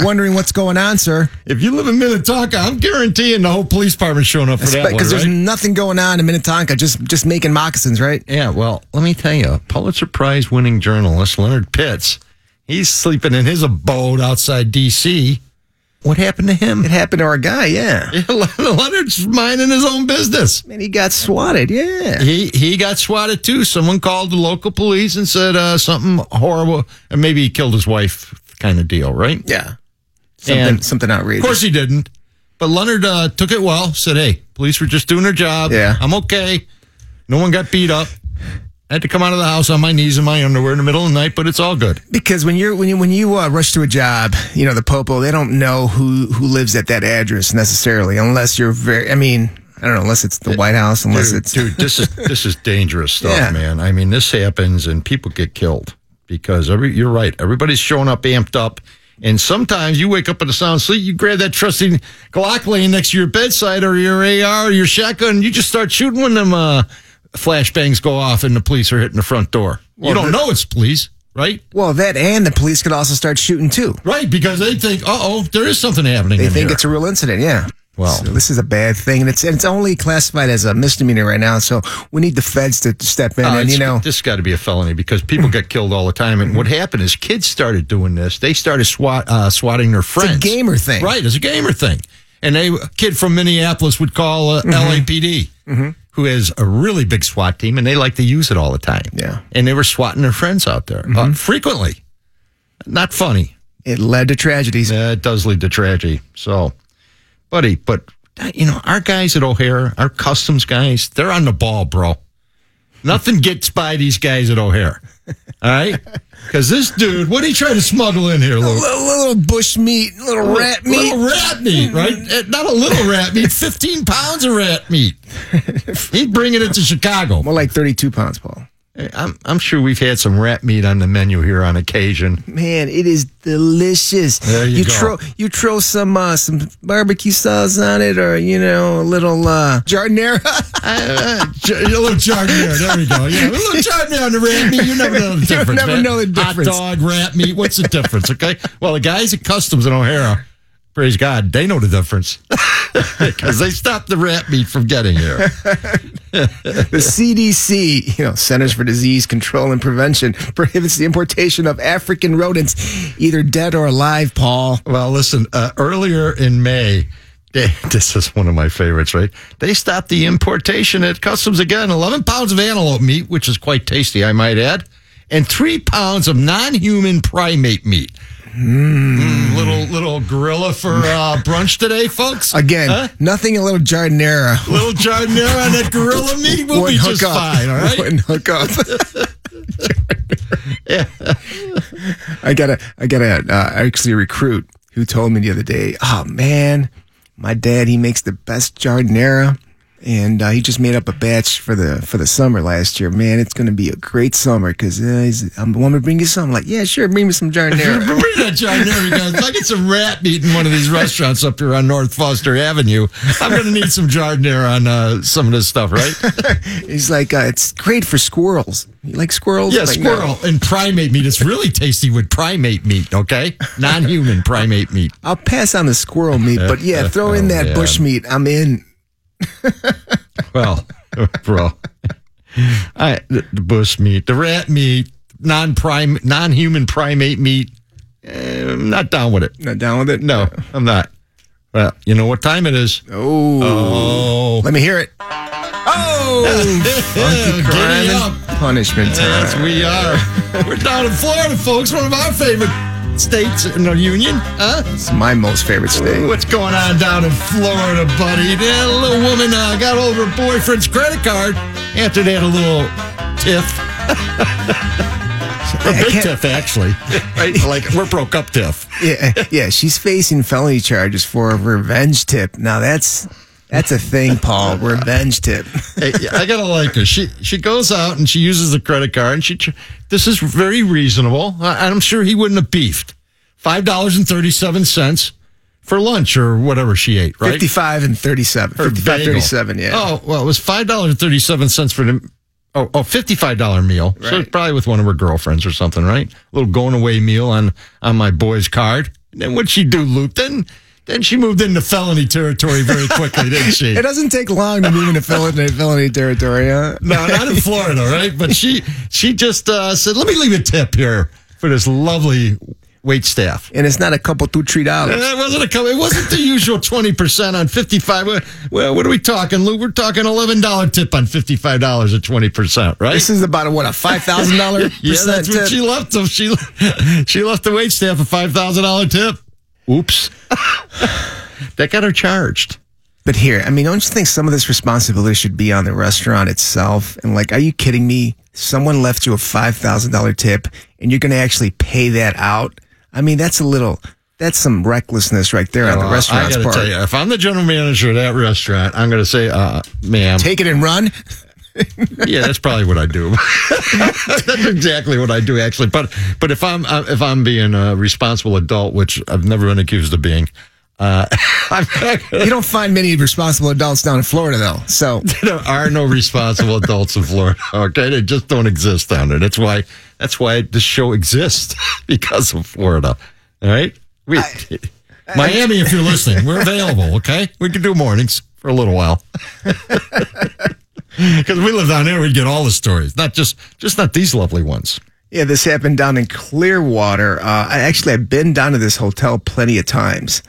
[SPEAKER 2] wondering what's going on, sir,
[SPEAKER 1] if you live in Minnetonka, I'm guaranteeing the whole police department's showing up for that one,
[SPEAKER 2] because there's
[SPEAKER 1] right?
[SPEAKER 2] nothing going on in Minnetonka, just just making moccasins, right?
[SPEAKER 1] Yeah, well, let me tell you, Pulitzer Prize winning journalist Leonard Pitts, he's sleeping in his abode outside D.C. What happened to him?
[SPEAKER 2] It happened to our guy, yeah.
[SPEAKER 1] Leonard's minding his own business.
[SPEAKER 2] And he got swatted, yeah.
[SPEAKER 1] He he got swatted too. Someone called the local police and said uh, something horrible, and maybe he killed his wife, kind of deal, right?
[SPEAKER 2] Yeah. Something
[SPEAKER 1] And-
[SPEAKER 2] something outrageous.
[SPEAKER 1] Of course he didn't. But Leonard uh, took it well, said, hey, police were just doing their job.
[SPEAKER 2] Yeah.
[SPEAKER 1] I'm okay. No one got beat up. I had to come out of the house on my knees in my underwear in the middle of the night, but it's all good.
[SPEAKER 2] Because when you're when you when you uh, rush to a job, you know the popo they don't know who who lives at that address necessarily, unless you're very. I mean, I don't know, unless it's the White House, unless
[SPEAKER 1] dude,
[SPEAKER 2] it's
[SPEAKER 1] dude, this is this is dangerous stuff,
[SPEAKER 2] Yeah.
[SPEAKER 1] man. I mean, this happens and people get killed because every you're right. Everybody's showing up amped up, and sometimes you wake up in a sound sleep, you grab that trusty Glock laying next to your bedside or your AR or your shotgun, and you just start shooting when them uh, flashbangs go off and the police are hitting the front door. you don't know it's police, right?
[SPEAKER 2] well that, and the police could also start shooting too.
[SPEAKER 1] Right, because they think, uh oh, there is something happening.
[SPEAKER 2] They
[SPEAKER 1] in
[SPEAKER 2] think
[SPEAKER 1] here.
[SPEAKER 2] it's a real incident, yeah.
[SPEAKER 1] Well-
[SPEAKER 2] So this is a bad thing, and it's and it's only classified as a misdemeanor right now. So we need the feds to step in,
[SPEAKER 1] Uh,
[SPEAKER 2] and
[SPEAKER 1] it's-
[SPEAKER 2] you know,
[SPEAKER 1] this got to be a felony because people get killed all the time. And what happened is kids started doing this. They started swat, uh, swatting their friends.
[SPEAKER 2] gamer thing.
[SPEAKER 1] right? It's a gamer thing. And they, a kid from Minneapolis would call
[SPEAKER 2] Mm-hmm.
[SPEAKER 1] uh, LAPD, who has a really big SWAT team, and they like to use it all the time.
[SPEAKER 2] Yeah. Mm-hmm.
[SPEAKER 1] and they were swatting their friends out there uh, frequently. Not funny.
[SPEAKER 2] it led to tragedies.
[SPEAKER 1] Yeah, it does lead to tragedy. So, buddy, but you know, our guys at O'Hare, our customs guys, they're on the ball, bro. Nothing gets by these guys at O'Hare. All right? Because this dude, what did he try to smuggle in here,
[SPEAKER 2] A
[SPEAKER 1] Lou?
[SPEAKER 2] little, little bush meat, a little rat meat,
[SPEAKER 1] Little rat meat, right? Eh, Not a little rat meat, 15 pounds of rat meat. He's bringing it to Chicago.
[SPEAKER 2] more like thirty-two pounds, Paul.
[SPEAKER 1] Eh, I'm, I'm sure we've had some rat meat on the menu here on occasion.
[SPEAKER 2] Man, it is delicious.
[SPEAKER 1] There you go.
[SPEAKER 2] throw you throw some uh, some barbecue sauce on it, or you know a little uh, jardinera.
[SPEAKER 1] Uh, j- a little Chardonnay. There we go. Yeah, a little Chardonnay on the rat meat. You never know the difference.
[SPEAKER 2] never
[SPEAKER 1] man.
[SPEAKER 2] know the difference.
[SPEAKER 1] Hot dog, rat meat. What's the difference? Okay. Well, the guys at Customs in O'Hara, praise God, they know the difference because they stopped the rat meat from getting here.
[SPEAKER 2] the CDC, you know Centers for Disease Control and Prevention, prohibits the importation of African rodents, either dead or alive. Paul,
[SPEAKER 1] Well, listen, uh, earlier in May, they, this is one of my favorites, right? They stopped the importation at customs again 11 pounds of antelope meat, which is quite tasty, I might add, and three pounds of non human primate meat.
[SPEAKER 2] Hmm.
[SPEAKER 1] Mm, little little gorilla for uh, brunch today, folks.
[SPEAKER 2] again,
[SPEAKER 1] Huh?
[SPEAKER 2] nothing a little jardinera
[SPEAKER 1] Little jardinera and that gorilla meat will be
[SPEAKER 2] wouldn't hook
[SPEAKER 1] just
[SPEAKER 2] up.
[SPEAKER 1] fine, all right?
[SPEAKER 2] Wouldn't hook up. I got a I got a uh, actually a recruit who told me the other day, oh man, my dad he makes the best jardinera. and uh, he just made up a batch for the for the summer last year. Man, it's going to be a great summer because uh, he's- I'm want me to bring you some. I'm like, yeah, sure, bring me some
[SPEAKER 1] Bring
[SPEAKER 2] Jarnero.
[SPEAKER 1] that John Nero guys. If I get some rat meat in one of these restaurants up here on North Foster Avenue, I'm going to need some jardinere on uh, some of this stuff, right?
[SPEAKER 2] he's like, uh, it's great for squirrels. You like squirrels?
[SPEAKER 1] Yeah,
[SPEAKER 2] I'm like, "No."
[SPEAKER 1] squirrel and primate meat. It's really tasty with primate meat, okay? Non human primate meat.
[SPEAKER 2] I'll pass on the squirrel meat, but yeah, throw in
[SPEAKER 1] Oh,
[SPEAKER 2] that
[SPEAKER 1] man.
[SPEAKER 2] bush meat. I'm in.
[SPEAKER 1] Well, bro, I, the the bush meat, the rat meat, non prime, non human primate meat. eh, I'm not down with it.
[SPEAKER 2] Not down with it.
[SPEAKER 1] No, I'm not. Well, you know what time it is.
[SPEAKER 2] Oh,
[SPEAKER 1] Oh,
[SPEAKER 2] let me hear it. Oh,
[SPEAKER 1] Giddy
[SPEAKER 2] crime
[SPEAKER 1] up.
[SPEAKER 2] and punishment
[SPEAKER 1] Yes,
[SPEAKER 2] time.
[SPEAKER 1] we are. We're down in Florida, folks. One of our favorite states in the union. Huh?
[SPEAKER 2] It's my most favorite state.
[SPEAKER 1] What's going on down in Florida, buddy? That little woman uh, got over her boyfriend's credit card after they had a little tiff. a
[SPEAKER 2] I
[SPEAKER 1] big
[SPEAKER 2] can't-
[SPEAKER 1] tiff, actually. Right? Like, we're broke up tiff.
[SPEAKER 2] yeah, yeah, she's facing felony charges for a revenge tip. Now that's that's a thing, Paul. Revenge tip.
[SPEAKER 1] Hey, I gotta like her. She she goes out and she uses the credit card and she. tr- This is very reasonable. I, I'm sure he wouldn't have beefed. Five dollars and thirty seven cents for lunch or whatever she ate. Right.
[SPEAKER 2] 55 and 37.
[SPEAKER 1] Her
[SPEAKER 2] 55
[SPEAKER 1] bagel.
[SPEAKER 2] 37, yeah.
[SPEAKER 1] Oh well, it was five dollars and thirty seven cents for the. Oh, oh, fifty-five dollar meal. So it's
[SPEAKER 2] Right.
[SPEAKER 1] probably with one of her girlfriends or something, right? A little going away meal on on my boy's card. And then what'd she do, Luke? Then then she moved into felony territory very quickly, didn't she?
[SPEAKER 2] It doesn't take long to move into felony, felony territory, huh?
[SPEAKER 1] No, not in Florida, right? But she she just uh, said, "Let me leave a tip here for this lovely wait staff."
[SPEAKER 2] And it's not a couple, two, three
[SPEAKER 1] And
[SPEAKER 2] dollars.
[SPEAKER 1] that wasn't a couple. It wasn't the usual twenty percent on fifty five. Well, what are we talking, Lou? We're talking eleven dollar tip on fifty five dollars at twenty percent, right?
[SPEAKER 2] This is about a, what, a $5,000
[SPEAKER 1] yeah,
[SPEAKER 2] percent
[SPEAKER 1] that's what
[SPEAKER 2] tip?
[SPEAKER 1] she left them. She she left the wait staff a five thousand dollar tip. Oops, that got her charged.
[SPEAKER 2] But here, I mean, don't you think some of this responsibility should be on the restaurant itself? And like, are you kidding me? Someone left you a five thousand dollar tip, and you're going to actually pay that out? I mean, that's a little. That's some recklessness right there on the restaurant's
[SPEAKER 1] Uh, I gotta
[SPEAKER 2] part.
[SPEAKER 1] tell you, if I'm the general manager of that restaurant, I'm gonna say, uh, ma'am,
[SPEAKER 2] Take it and run.
[SPEAKER 1] yeah, that's probably what I do. that's exactly what I do, actually. But but if I'm uh, if I'm being a responsible adult, which I've never been accused of being, uh, I'm not gonna-
[SPEAKER 2] You don't find many responsible adults down in Florida, though. So
[SPEAKER 1] there are no responsible adults in Florida. Okay, they just don't exist down there. That's why that's why this show exists because of Florida. All right, we. Miami, if you're listening, we're available. Okay, we can do mornings for a little while because we live down there. We get all the stories, not just just not these lovely ones.
[SPEAKER 2] yeah, this happened down in Clearwater. Uh, I actually I've been down to this hotel plenty of times.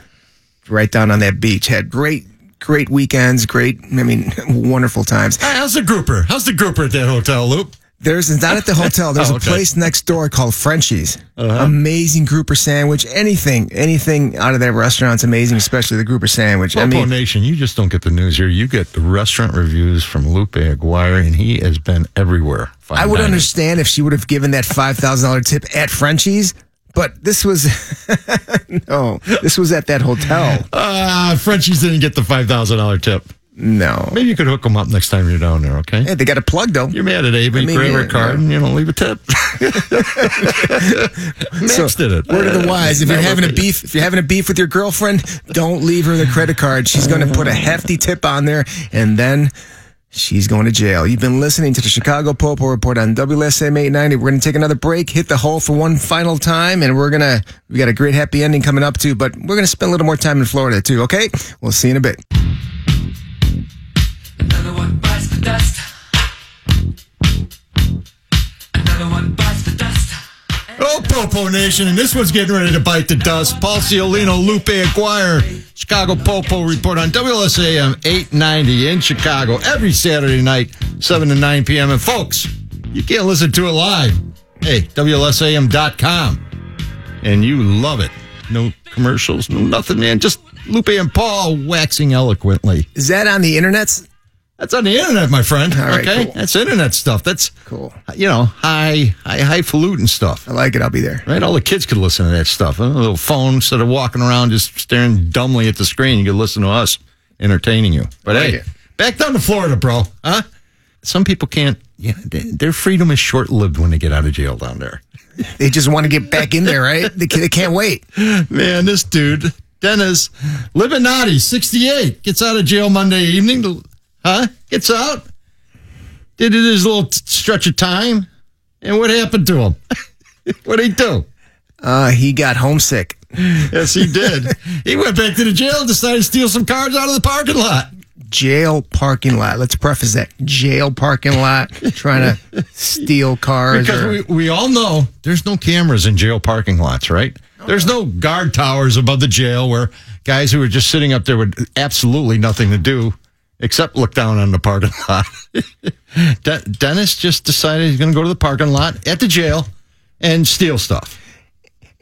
[SPEAKER 2] Right down on that beach. Had great, great weekends. Great. I mean, wonderful times.
[SPEAKER 1] Hey, how's the grouper? How's the grouper at that hotel, Loop?
[SPEAKER 2] There's it's not at the hotel. There's
[SPEAKER 1] Oh, okay. Uh-huh.
[SPEAKER 2] a place next door called Frenchie's. Amazing grouper sandwich. Anything, anything out of that restaurant's amazing, especially the grouper sandwich. I
[SPEAKER 1] Popo
[SPEAKER 2] mean,
[SPEAKER 1] Nation, you just don't get the news here. You get the restaurant reviews from Lupe Aguirre, and he has been everywhere. Fine
[SPEAKER 2] I would
[SPEAKER 1] dining.
[SPEAKER 2] understand if she would have given that five thousand dollar tip at Frenchie's, but this was no, this was at that hotel.
[SPEAKER 1] Ah, Frenchies didn't get the five thousand dollar tip.
[SPEAKER 2] No,
[SPEAKER 1] Maybe you could hook them up next time you're down there. Okay.
[SPEAKER 2] yeah, they got a plug though.
[SPEAKER 1] You're mad at Ava,
[SPEAKER 2] I
[SPEAKER 1] you
[SPEAKER 2] mean,
[SPEAKER 1] grab her
[SPEAKER 2] yeah,
[SPEAKER 1] card
[SPEAKER 2] yeah.
[SPEAKER 1] and you don't leave a tip. Max did it.
[SPEAKER 2] Word of the wise: If you're
[SPEAKER 1] That
[SPEAKER 2] having a
[SPEAKER 1] worked.
[SPEAKER 2] beef, if you're having a beef with your girlfriend, don't leave her the credit card. She's going to put a hefty tip on there, and then she's going to jail. You've been listening to the Chicago Popo Report on WSM 890. We're going to take another break, hit the hole for one final time, and we're gonna we got a great happy ending coming up too. But we're gonna spend a little more time in Florida too. Okay, we'll see you in a bit.
[SPEAKER 5] Another one bites the dust. Another one bites the dust.
[SPEAKER 1] Oh, Popo Nation, and this one's getting ready to bite the dust. Paul Ciolino, Lupe Aguirre, Chicago Popo Report on WSAM 890 in Chicago every Saturday night, 7 to 9 p.m. And folks, you can't listen to it live. Hey, WSAM.com. And you love it. No commercials, no nothing, man. Just Lupe and Paul waxing eloquently.
[SPEAKER 2] Is that on the internets?
[SPEAKER 1] That's on the internet, my friend.
[SPEAKER 2] All right,
[SPEAKER 1] okay,
[SPEAKER 2] cool.
[SPEAKER 1] that's internet stuff. That's
[SPEAKER 2] Cool.
[SPEAKER 1] You know, high, high, highfalutin stuff.
[SPEAKER 2] Oh, I like it. I'll be there.
[SPEAKER 1] Right? All the kids could listen to that stuff. A little phone instead of walking around just staring dumbly at the screen. You could listen to us entertaining you. But
[SPEAKER 2] like
[SPEAKER 1] hey,
[SPEAKER 2] it.
[SPEAKER 1] Back down to Florida, bro. Huh? Some people can't. Yeah, they, their freedom is short lived when they get out of jail down there.
[SPEAKER 2] They just want to get back in there, right? They, ca- they can't wait.
[SPEAKER 1] Man, this dude, Dennis Libinati, 68, gets out of jail Monday evening. to- Huh? Gets out. Did it his little t- stretch of time. And what happened to him? What'd he do?
[SPEAKER 2] Uh, he got homesick.
[SPEAKER 1] Yes, he did. he went back to the jail and decided to steal some cars out of the parking lot.
[SPEAKER 2] Jail parking lot. Let's preface that. Jail parking lot. Trying to steal cars.
[SPEAKER 1] Because
[SPEAKER 2] or-
[SPEAKER 1] we, we all know there's no cameras in jail parking lots, right? There's no guard towers above the jail where guys who are just sitting up there with absolutely nothing to do except look down on the parking lot. De- Dennis just decided he's going to go to the parking lot at the jail and steal stuff.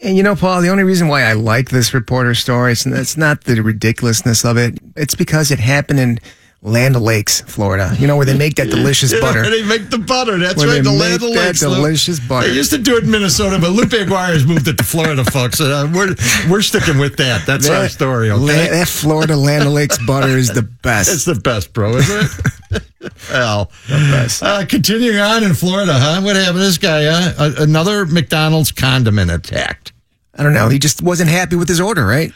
[SPEAKER 2] And you know, Paul, the only reason why I like this reporter story is it's not the ridiculousness of it. It's because it happened in Land Lakes, Florida. You know where they make that delicious butter.
[SPEAKER 1] And they make the butter. That's
[SPEAKER 2] Where
[SPEAKER 1] right.
[SPEAKER 2] they
[SPEAKER 1] The
[SPEAKER 2] make
[SPEAKER 1] land of
[SPEAKER 2] that
[SPEAKER 1] lakes. Lou.
[SPEAKER 2] delicious butter.
[SPEAKER 1] They used to do it in Minnesota, but Lupe Aguirre's moved it to Florida, folks. And, uh, we're, we're sticking with that. That's our story, okay?
[SPEAKER 2] La- that Florida Land Lakes butter is the best.
[SPEAKER 1] It's the best, bro, isn't it? well,
[SPEAKER 2] best.
[SPEAKER 1] Uh, continuing on in Florida, huh? What happened to this guy? Huh? A- another McDonald's condiment attacked.
[SPEAKER 2] I don't know. He just wasn't happy with his order, right?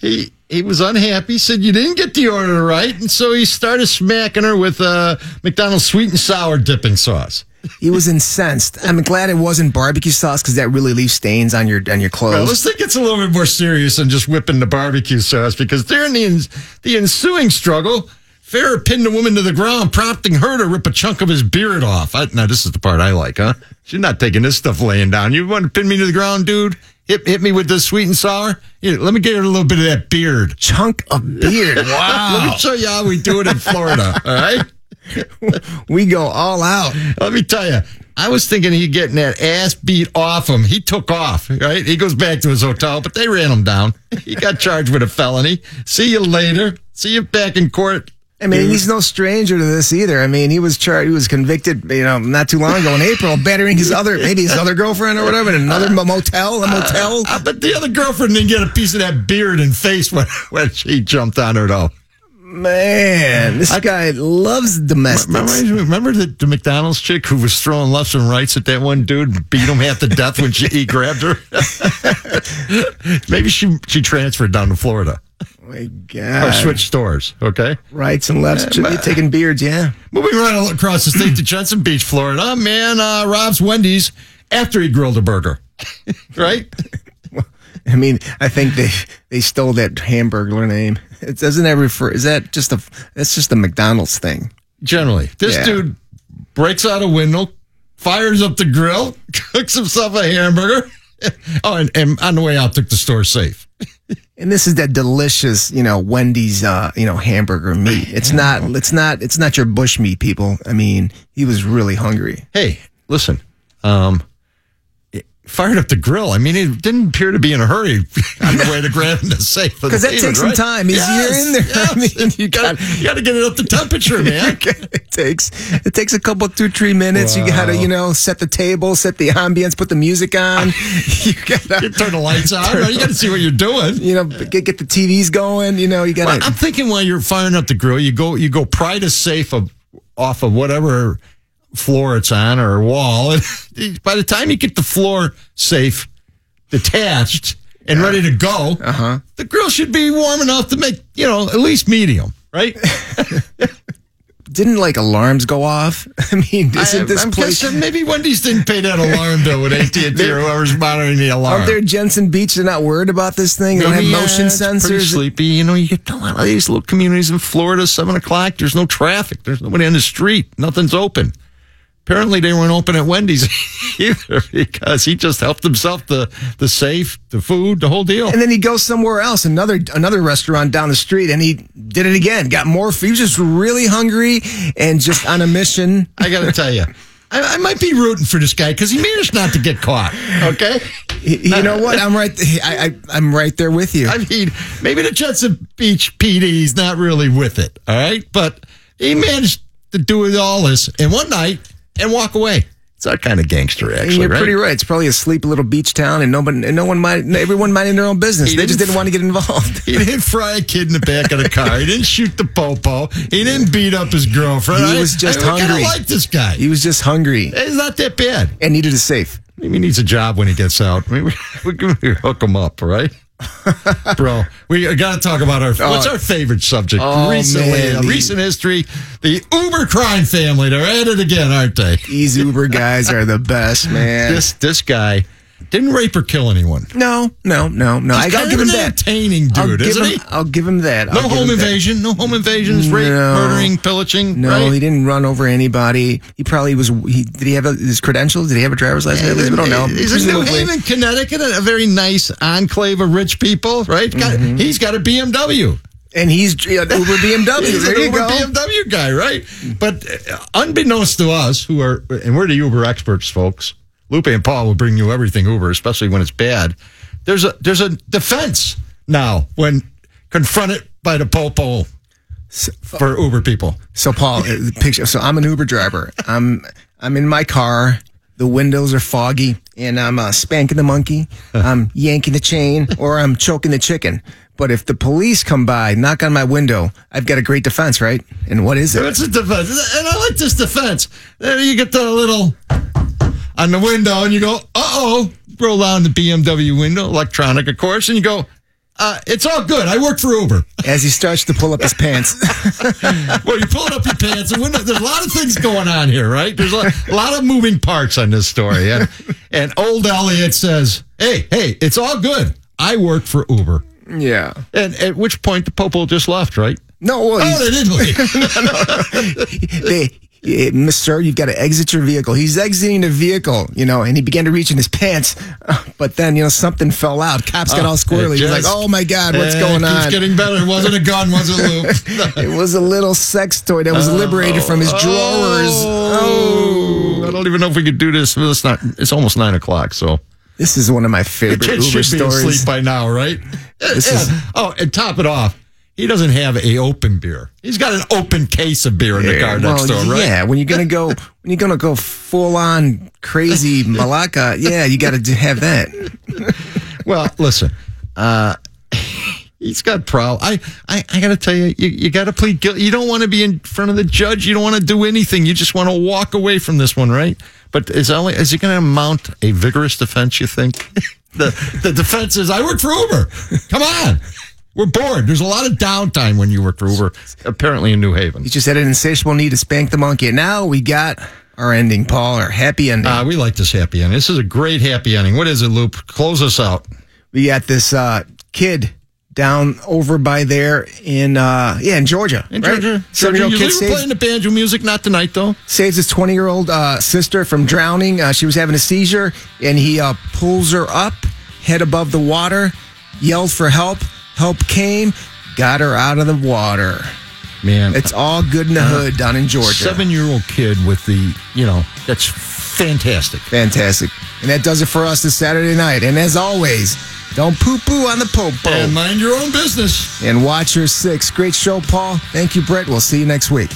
[SPEAKER 1] He he was unhappy. Said you didn't get the order right, and so he started smacking her with uh, McDonald's sweet and sour dipping sauce.
[SPEAKER 2] He was incensed. I'm glad it wasn't barbecue sauce because that really leaves stains on your on your
[SPEAKER 1] Well,
[SPEAKER 2] clothes.
[SPEAKER 1] let's think it's a little bit more serious than just whipping the barbecue sauce because during the, ens- the ensuing struggle, Farrah pinned the woman to the ground, prompting her to rip a chunk of his beard off. I, now, this is the part I like, huh? She's not taking this stuff laying down. You want to pin me to the ground, dude? Hit, hit me with this sweet and sour? Here, let me get her a little bit of that beard.
[SPEAKER 2] Chunk of beard.
[SPEAKER 1] Let
[SPEAKER 2] Wow.
[SPEAKER 1] me show you how we do it in Florida, all right?
[SPEAKER 2] we go all out.
[SPEAKER 1] Let me tell you, I was thinking he getting that ass beat off him. He took off, right? He goes back to his hotel, but they ran him down. He got charged with a felony. See you later. See you back in court.
[SPEAKER 2] I mean, he's no stranger to this either. I mean, he was charged, he was convicted, you know, not too long ago in April, battering his other, maybe his other girlfriend or whatever, in another mo- motel, a motel.
[SPEAKER 1] I bet the other girlfriend didn't get a piece of that beard and face when, when she jumped on her, though.
[SPEAKER 2] Man, this guy loves
[SPEAKER 1] Remember,
[SPEAKER 2] domestics.
[SPEAKER 1] remember the, the McDonald's chick who was throwing lefts and rights at that one dude and beat him half to death when she, he grabbed her? Maybe she, she transferred down to Florida
[SPEAKER 2] Oh my
[SPEAKER 1] or
[SPEAKER 2] God.
[SPEAKER 1] switched stores, okay?
[SPEAKER 2] Rights and lefts, ju- taking beards, yeah.
[SPEAKER 1] Moving right across the state to Jensen Beach, Florida, a man uh, robs Wendy's after he grilled a burger. right?
[SPEAKER 2] I mean, I think they they stole that hamburger name. It doesn't that refer, is that just a, that's just a McDonald's thing.
[SPEAKER 1] Generally, this
[SPEAKER 2] Yeah.
[SPEAKER 1] dude breaks out a window, fires up the grill, cooks himself a hamburger. oh, and, and on the way out, took the store safe.
[SPEAKER 2] And this is that delicious, you know, Wendy's, uh, you know, hamburger meat. It's not, it's not, it's not your bush meat, people. I mean, he was really hungry.
[SPEAKER 1] Hey, listen, um, it fired up the grill. I mean, it didn't appear to be in a hurry on the way to grabbing the safe.
[SPEAKER 2] Because that takes some time. He's- you're in there. I mean,
[SPEAKER 1] you got you got to get it up to temperature, man.
[SPEAKER 2] it takes, it takes a couple, two, three minutes. You gotta, you know, set the table, set the ambience, put the music on.
[SPEAKER 1] You
[SPEAKER 2] you gotta,
[SPEAKER 1] turn the lights on. right? You got to see what you're doing.
[SPEAKER 2] you know, get, get the TVs going. You know, you
[SPEAKER 1] Well,
[SPEAKER 2] gotta.
[SPEAKER 1] I'm thinking while you're firing up the grill, you go you go pry the safe of, off of whatever floor it's on or wall, and by the time you get the floor safe detached and ready to go, uh-huh. the grill should be warm enough to make you know at least medium, right?
[SPEAKER 2] didn't like alarms go off? I mean, isn't
[SPEAKER 1] I-
[SPEAKER 2] this
[SPEAKER 1] I'm
[SPEAKER 2] place?
[SPEAKER 1] guessing maybe Wendy's didn't pay that alarm bill with AT and T or whoever's monitoring the alarm.
[SPEAKER 2] Aren't there Jensen Beach? They're not worried about this thing. They don't have
[SPEAKER 1] Maybe, uh,
[SPEAKER 2] motion
[SPEAKER 1] it's pretty
[SPEAKER 2] sensors.
[SPEAKER 1] Sleepy, you know. You get to a lot of these little communities in Florida. Seven o'clock. There's no traffic. There's nobody on the street. Nothing's open. Apparently, they weren't open at Wendy's either because he just helped himself to the safe, the food, the whole deal.
[SPEAKER 2] And then he goes somewhere else, another another restaurant down the street, and he did it again. Got more. He was just really hungry and just on a mission.
[SPEAKER 1] I got to tell you. I, I might be rooting for this guy because he managed not to get caught. Okay,
[SPEAKER 2] Y- You know what? I'm right. th- I, I I'm right there with you.
[SPEAKER 1] I mean, maybe the Jetson Beach PD's not really with it. All right, but he managed to do all this in one night and walk away. It's our kind of gangster,
[SPEAKER 2] And
[SPEAKER 1] actually,
[SPEAKER 2] you're
[SPEAKER 1] right?
[SPEAKER 2] pretty right. It's probably a sleepy little beach town, and nobody, and no one mind, everyone minding their own business.
[SPEAKER 1] He
[SPEAKER 2] they just
[SPEAKER 1] didn't
[SPEAKER 2] didn't want to get involved.
[SPEAKER 1] He didn't fry a kid in the back of the car. He didn't shoot the popo. He didn't beat up his girlfriend.
[SPEAKER 2] He
[SPEAKER 1] I-
[SPEAKER 2] was just
[SPEAKER 1] I, I
[SPEAKER 2] hungry.
[SPEAKER 1] kind of like this guy.
[SPEAKER 2] He was just hungry
[SPEAKER 1] It's not that bad.
[SPEAKER 2] and needed a safe.
[SPEAKER 1] He needs a job when he gets out. I mean, we, we, can- we hook him up, right? Bro, we got to talk about our what's
[SPEAKER 2] Oh.
[SPEAKER 1] our favorite subject
[SPEAKER 2] Oh,
[SPEAKER 1] recently,
[SPEAKER 2] man,
[SPEAKER 1] uh,
[SPEAKER 2] the-
[SPEAKER 1] recent history, the Uber crime family. They're at it again, aren't they?
[SPEAKER 2] These Uber guys are the best, man.
[SPEAKER 1] This this guy didn't rape or kill anyone.
[SPEAKER 2] no, no, no, no. I
[SPEAKER 1] He's
[SPEAKER 2] gotta
[SPEAKER 1] kind
[SPEAKER 2] give
[SPEAKER 1] of
[SPEAKER 2] him
[SPEAKER 1] an
[SPEAKER 2] that.
[SPEAKER 1] entertaining
[SPEAKER 2] I'll
[SPEAKER 1] dude,
[SPEAKER 2] give
[SPEAKER 1] isn't
[SPEAKER 2] him,
[SPEAKER 1] he?
[SPEAKER 2] I'll give him that.
[SPEAKER 1] No
[SPEAKER 2] I'll give
[SPEAKER 1] home
[SPEAKER 2] him that.
[SPEAKER 1] invasion. No home invasions. Rape,
[SPEAKER 2] No.
[SPEAKER 1] murdering, pillaging.
[SPEAKER 2] No,
[SPEAKER 1] right?
[SPEAKER 2] he didn't run over anybody. He probably was. He did he have a, his credentials? Did he have a driver's license? we don't know.
[SPEAKER 1] He's in New
[SPEAKER 2] Presumably.
[SPEAKER 1] Haven, Connecticut, a very nice enclave of rich people, right? Got-
[SPEAKER 2] Mm-hmm.
[SPEAKER 1] He's got a BMW.
[SPEAKER 2] and he's uh, Uber BMW.
[SPEAKER 1] He's
[SPEAKER 2] there
[SPEAKER 1] an
[SPEAKER 2] you
[SPEAKER 1] Uber
[SPEAKER 2] go.
[SPEAKER 1] BMW guy, right? But uh, unbeknownst to us, who are and we're the Uber experts, folks. Lupe and Paul will bring you everything Uber, especially when it's bad. There's a there's a defense now when confronted by the popo for Uber people.
[SPEAKER 2] So Paul, uh, the picture. So I'm an Uber driver. I'm I'm in my car. The windows are foggy, and I'm uh, spanking the monkey. I'm yanking the chain, or I'm choking the chicken. But if the police come by, knock on my window, I've got a great defense, right? And what is it?
[SPEAKER 1] It's a defense, and I like this defense. There you get the little on the window, and you go, "Uh oh." Roll down the BMW window, electronic, of course, and you go, uh, "It's all good. I work for Uber."
[SPEAKER 2] As he starts to pull up his pants,
[SPEAKER 1] Well, you're pulling up your pants and window. There's a lot of things going on here, right? There's a, a lot of moving parts on this story. And, and old Elliot says, hey, hey, it's all good. I work for Uber.
[SPEAKER 2] yeah.
[SPEAKER 1] And at which point the Popo just left, right?
[SPEAKER 2] No, well,
[SPEAKER 1] Oh, they didn't leave.
[SPEAKER 2] they, eh, Mister, you've got to exit your vehicle. He's exiting the vehicle, you know, and he began to reach in his pants, but then you know something fell out. Cops got all squirrely. He's like,
[SPEAKER 1] just-
[SPEAKER 2] "Oh my God, what's
[SPEAKER 1] Eh,
[SPEAKER 2] going
[SPEAKER 1] it
[SPEAKER 2] on?"
[SPEAKER 1] Keeps getting better. It wasn't a gun, was it, Luke?
[SPEAKER 2] It was a little sex toy that was liberated from his drawers.
[SPEAKER 1] Oh, I don't even know if we could do this. Well, It's not. It's almost nine o'clock, so
[SPEAKER 2] This is one of my
[SPEAKER 1] the
[SPEAKER 2] favorite
[SPEAKER 1] kid
[SPEAKER 2] Uber
[SPEAKER 1] should be
[SPEAKER 2] stories.
[SPEAKER 1] asleep by now, right?
[SPEAKER 2] This
[SPEAKER 1] Yeah.
[SPEAKER 2] is-
[SPEAKER 1] oh, and top it off, he doesn't have a open beer. He's got an open case of beer in the car
[SPEAKER 2] well,
[SPEAKER 1] next door, right?
[SPEAKER 2] yeah. When you're gonna go, when you're gonna go full on crazy Malacca, yeah, you got to have that.
[SPEAKER 1] Well, listen, uh, he's got prowl. I, I, I got to tell you, you, you got to plead guilty. You don't want to be in front of the judge. You don't want to do anything. You just want to walk away from this one, right? But is only is he going to mount a vigorous defense? You think the the defense is I work for Uber. Come on. We're bored. There's a lot of downtime when you work for Uber, apparently in New Haven.
[SPEAKER 2] He just had an insatiable need to spank the monkey, and now we got our ending, Paul, our happy ending.
[SPEAKER 1] Uh, we like this happy ending. This is a great happy ending. What is it, Loop? Close us out.
[SPEAKER 2] we got this uh, kid down over by there in uh, yeah in Georgia.
[SPEAKER 1] And
[SPEAKER 2] right?
[SPEAKER 1] Georgia, Georgia,
[SPEAKER 2] Seven-year-old
[SPEAKER 1] you
[SPEAKER 2] kid
[SPEAKER 1] leave her
[SPEAKER 2] saves,
[SPEAKER 1] playing the banjo music, not tonight though.
[SPEAKER 2] saves his 20 year old uh, sister from drowning. Uh, she was having a seizure, and he uh, pulls her up, head above the water, yelled for help. Help came, got her out of the water.
[SPEAKER 1] Man,
[SPEAKER 2] It's all good in the hood down in Georgia.
[SPEAKER 1] Uh-huh. seven year old kid with the, you know, that's fantastic.
[SPEAKER 2] Fantastic. And that does it for us this Saturday night. And as always, don't poo poo on the popo.
[SPEAKER 1] mind your own business.
[SPEAKER 2] and watch your six. Great show, Paul. Thank you, Brett. We'll see you next week.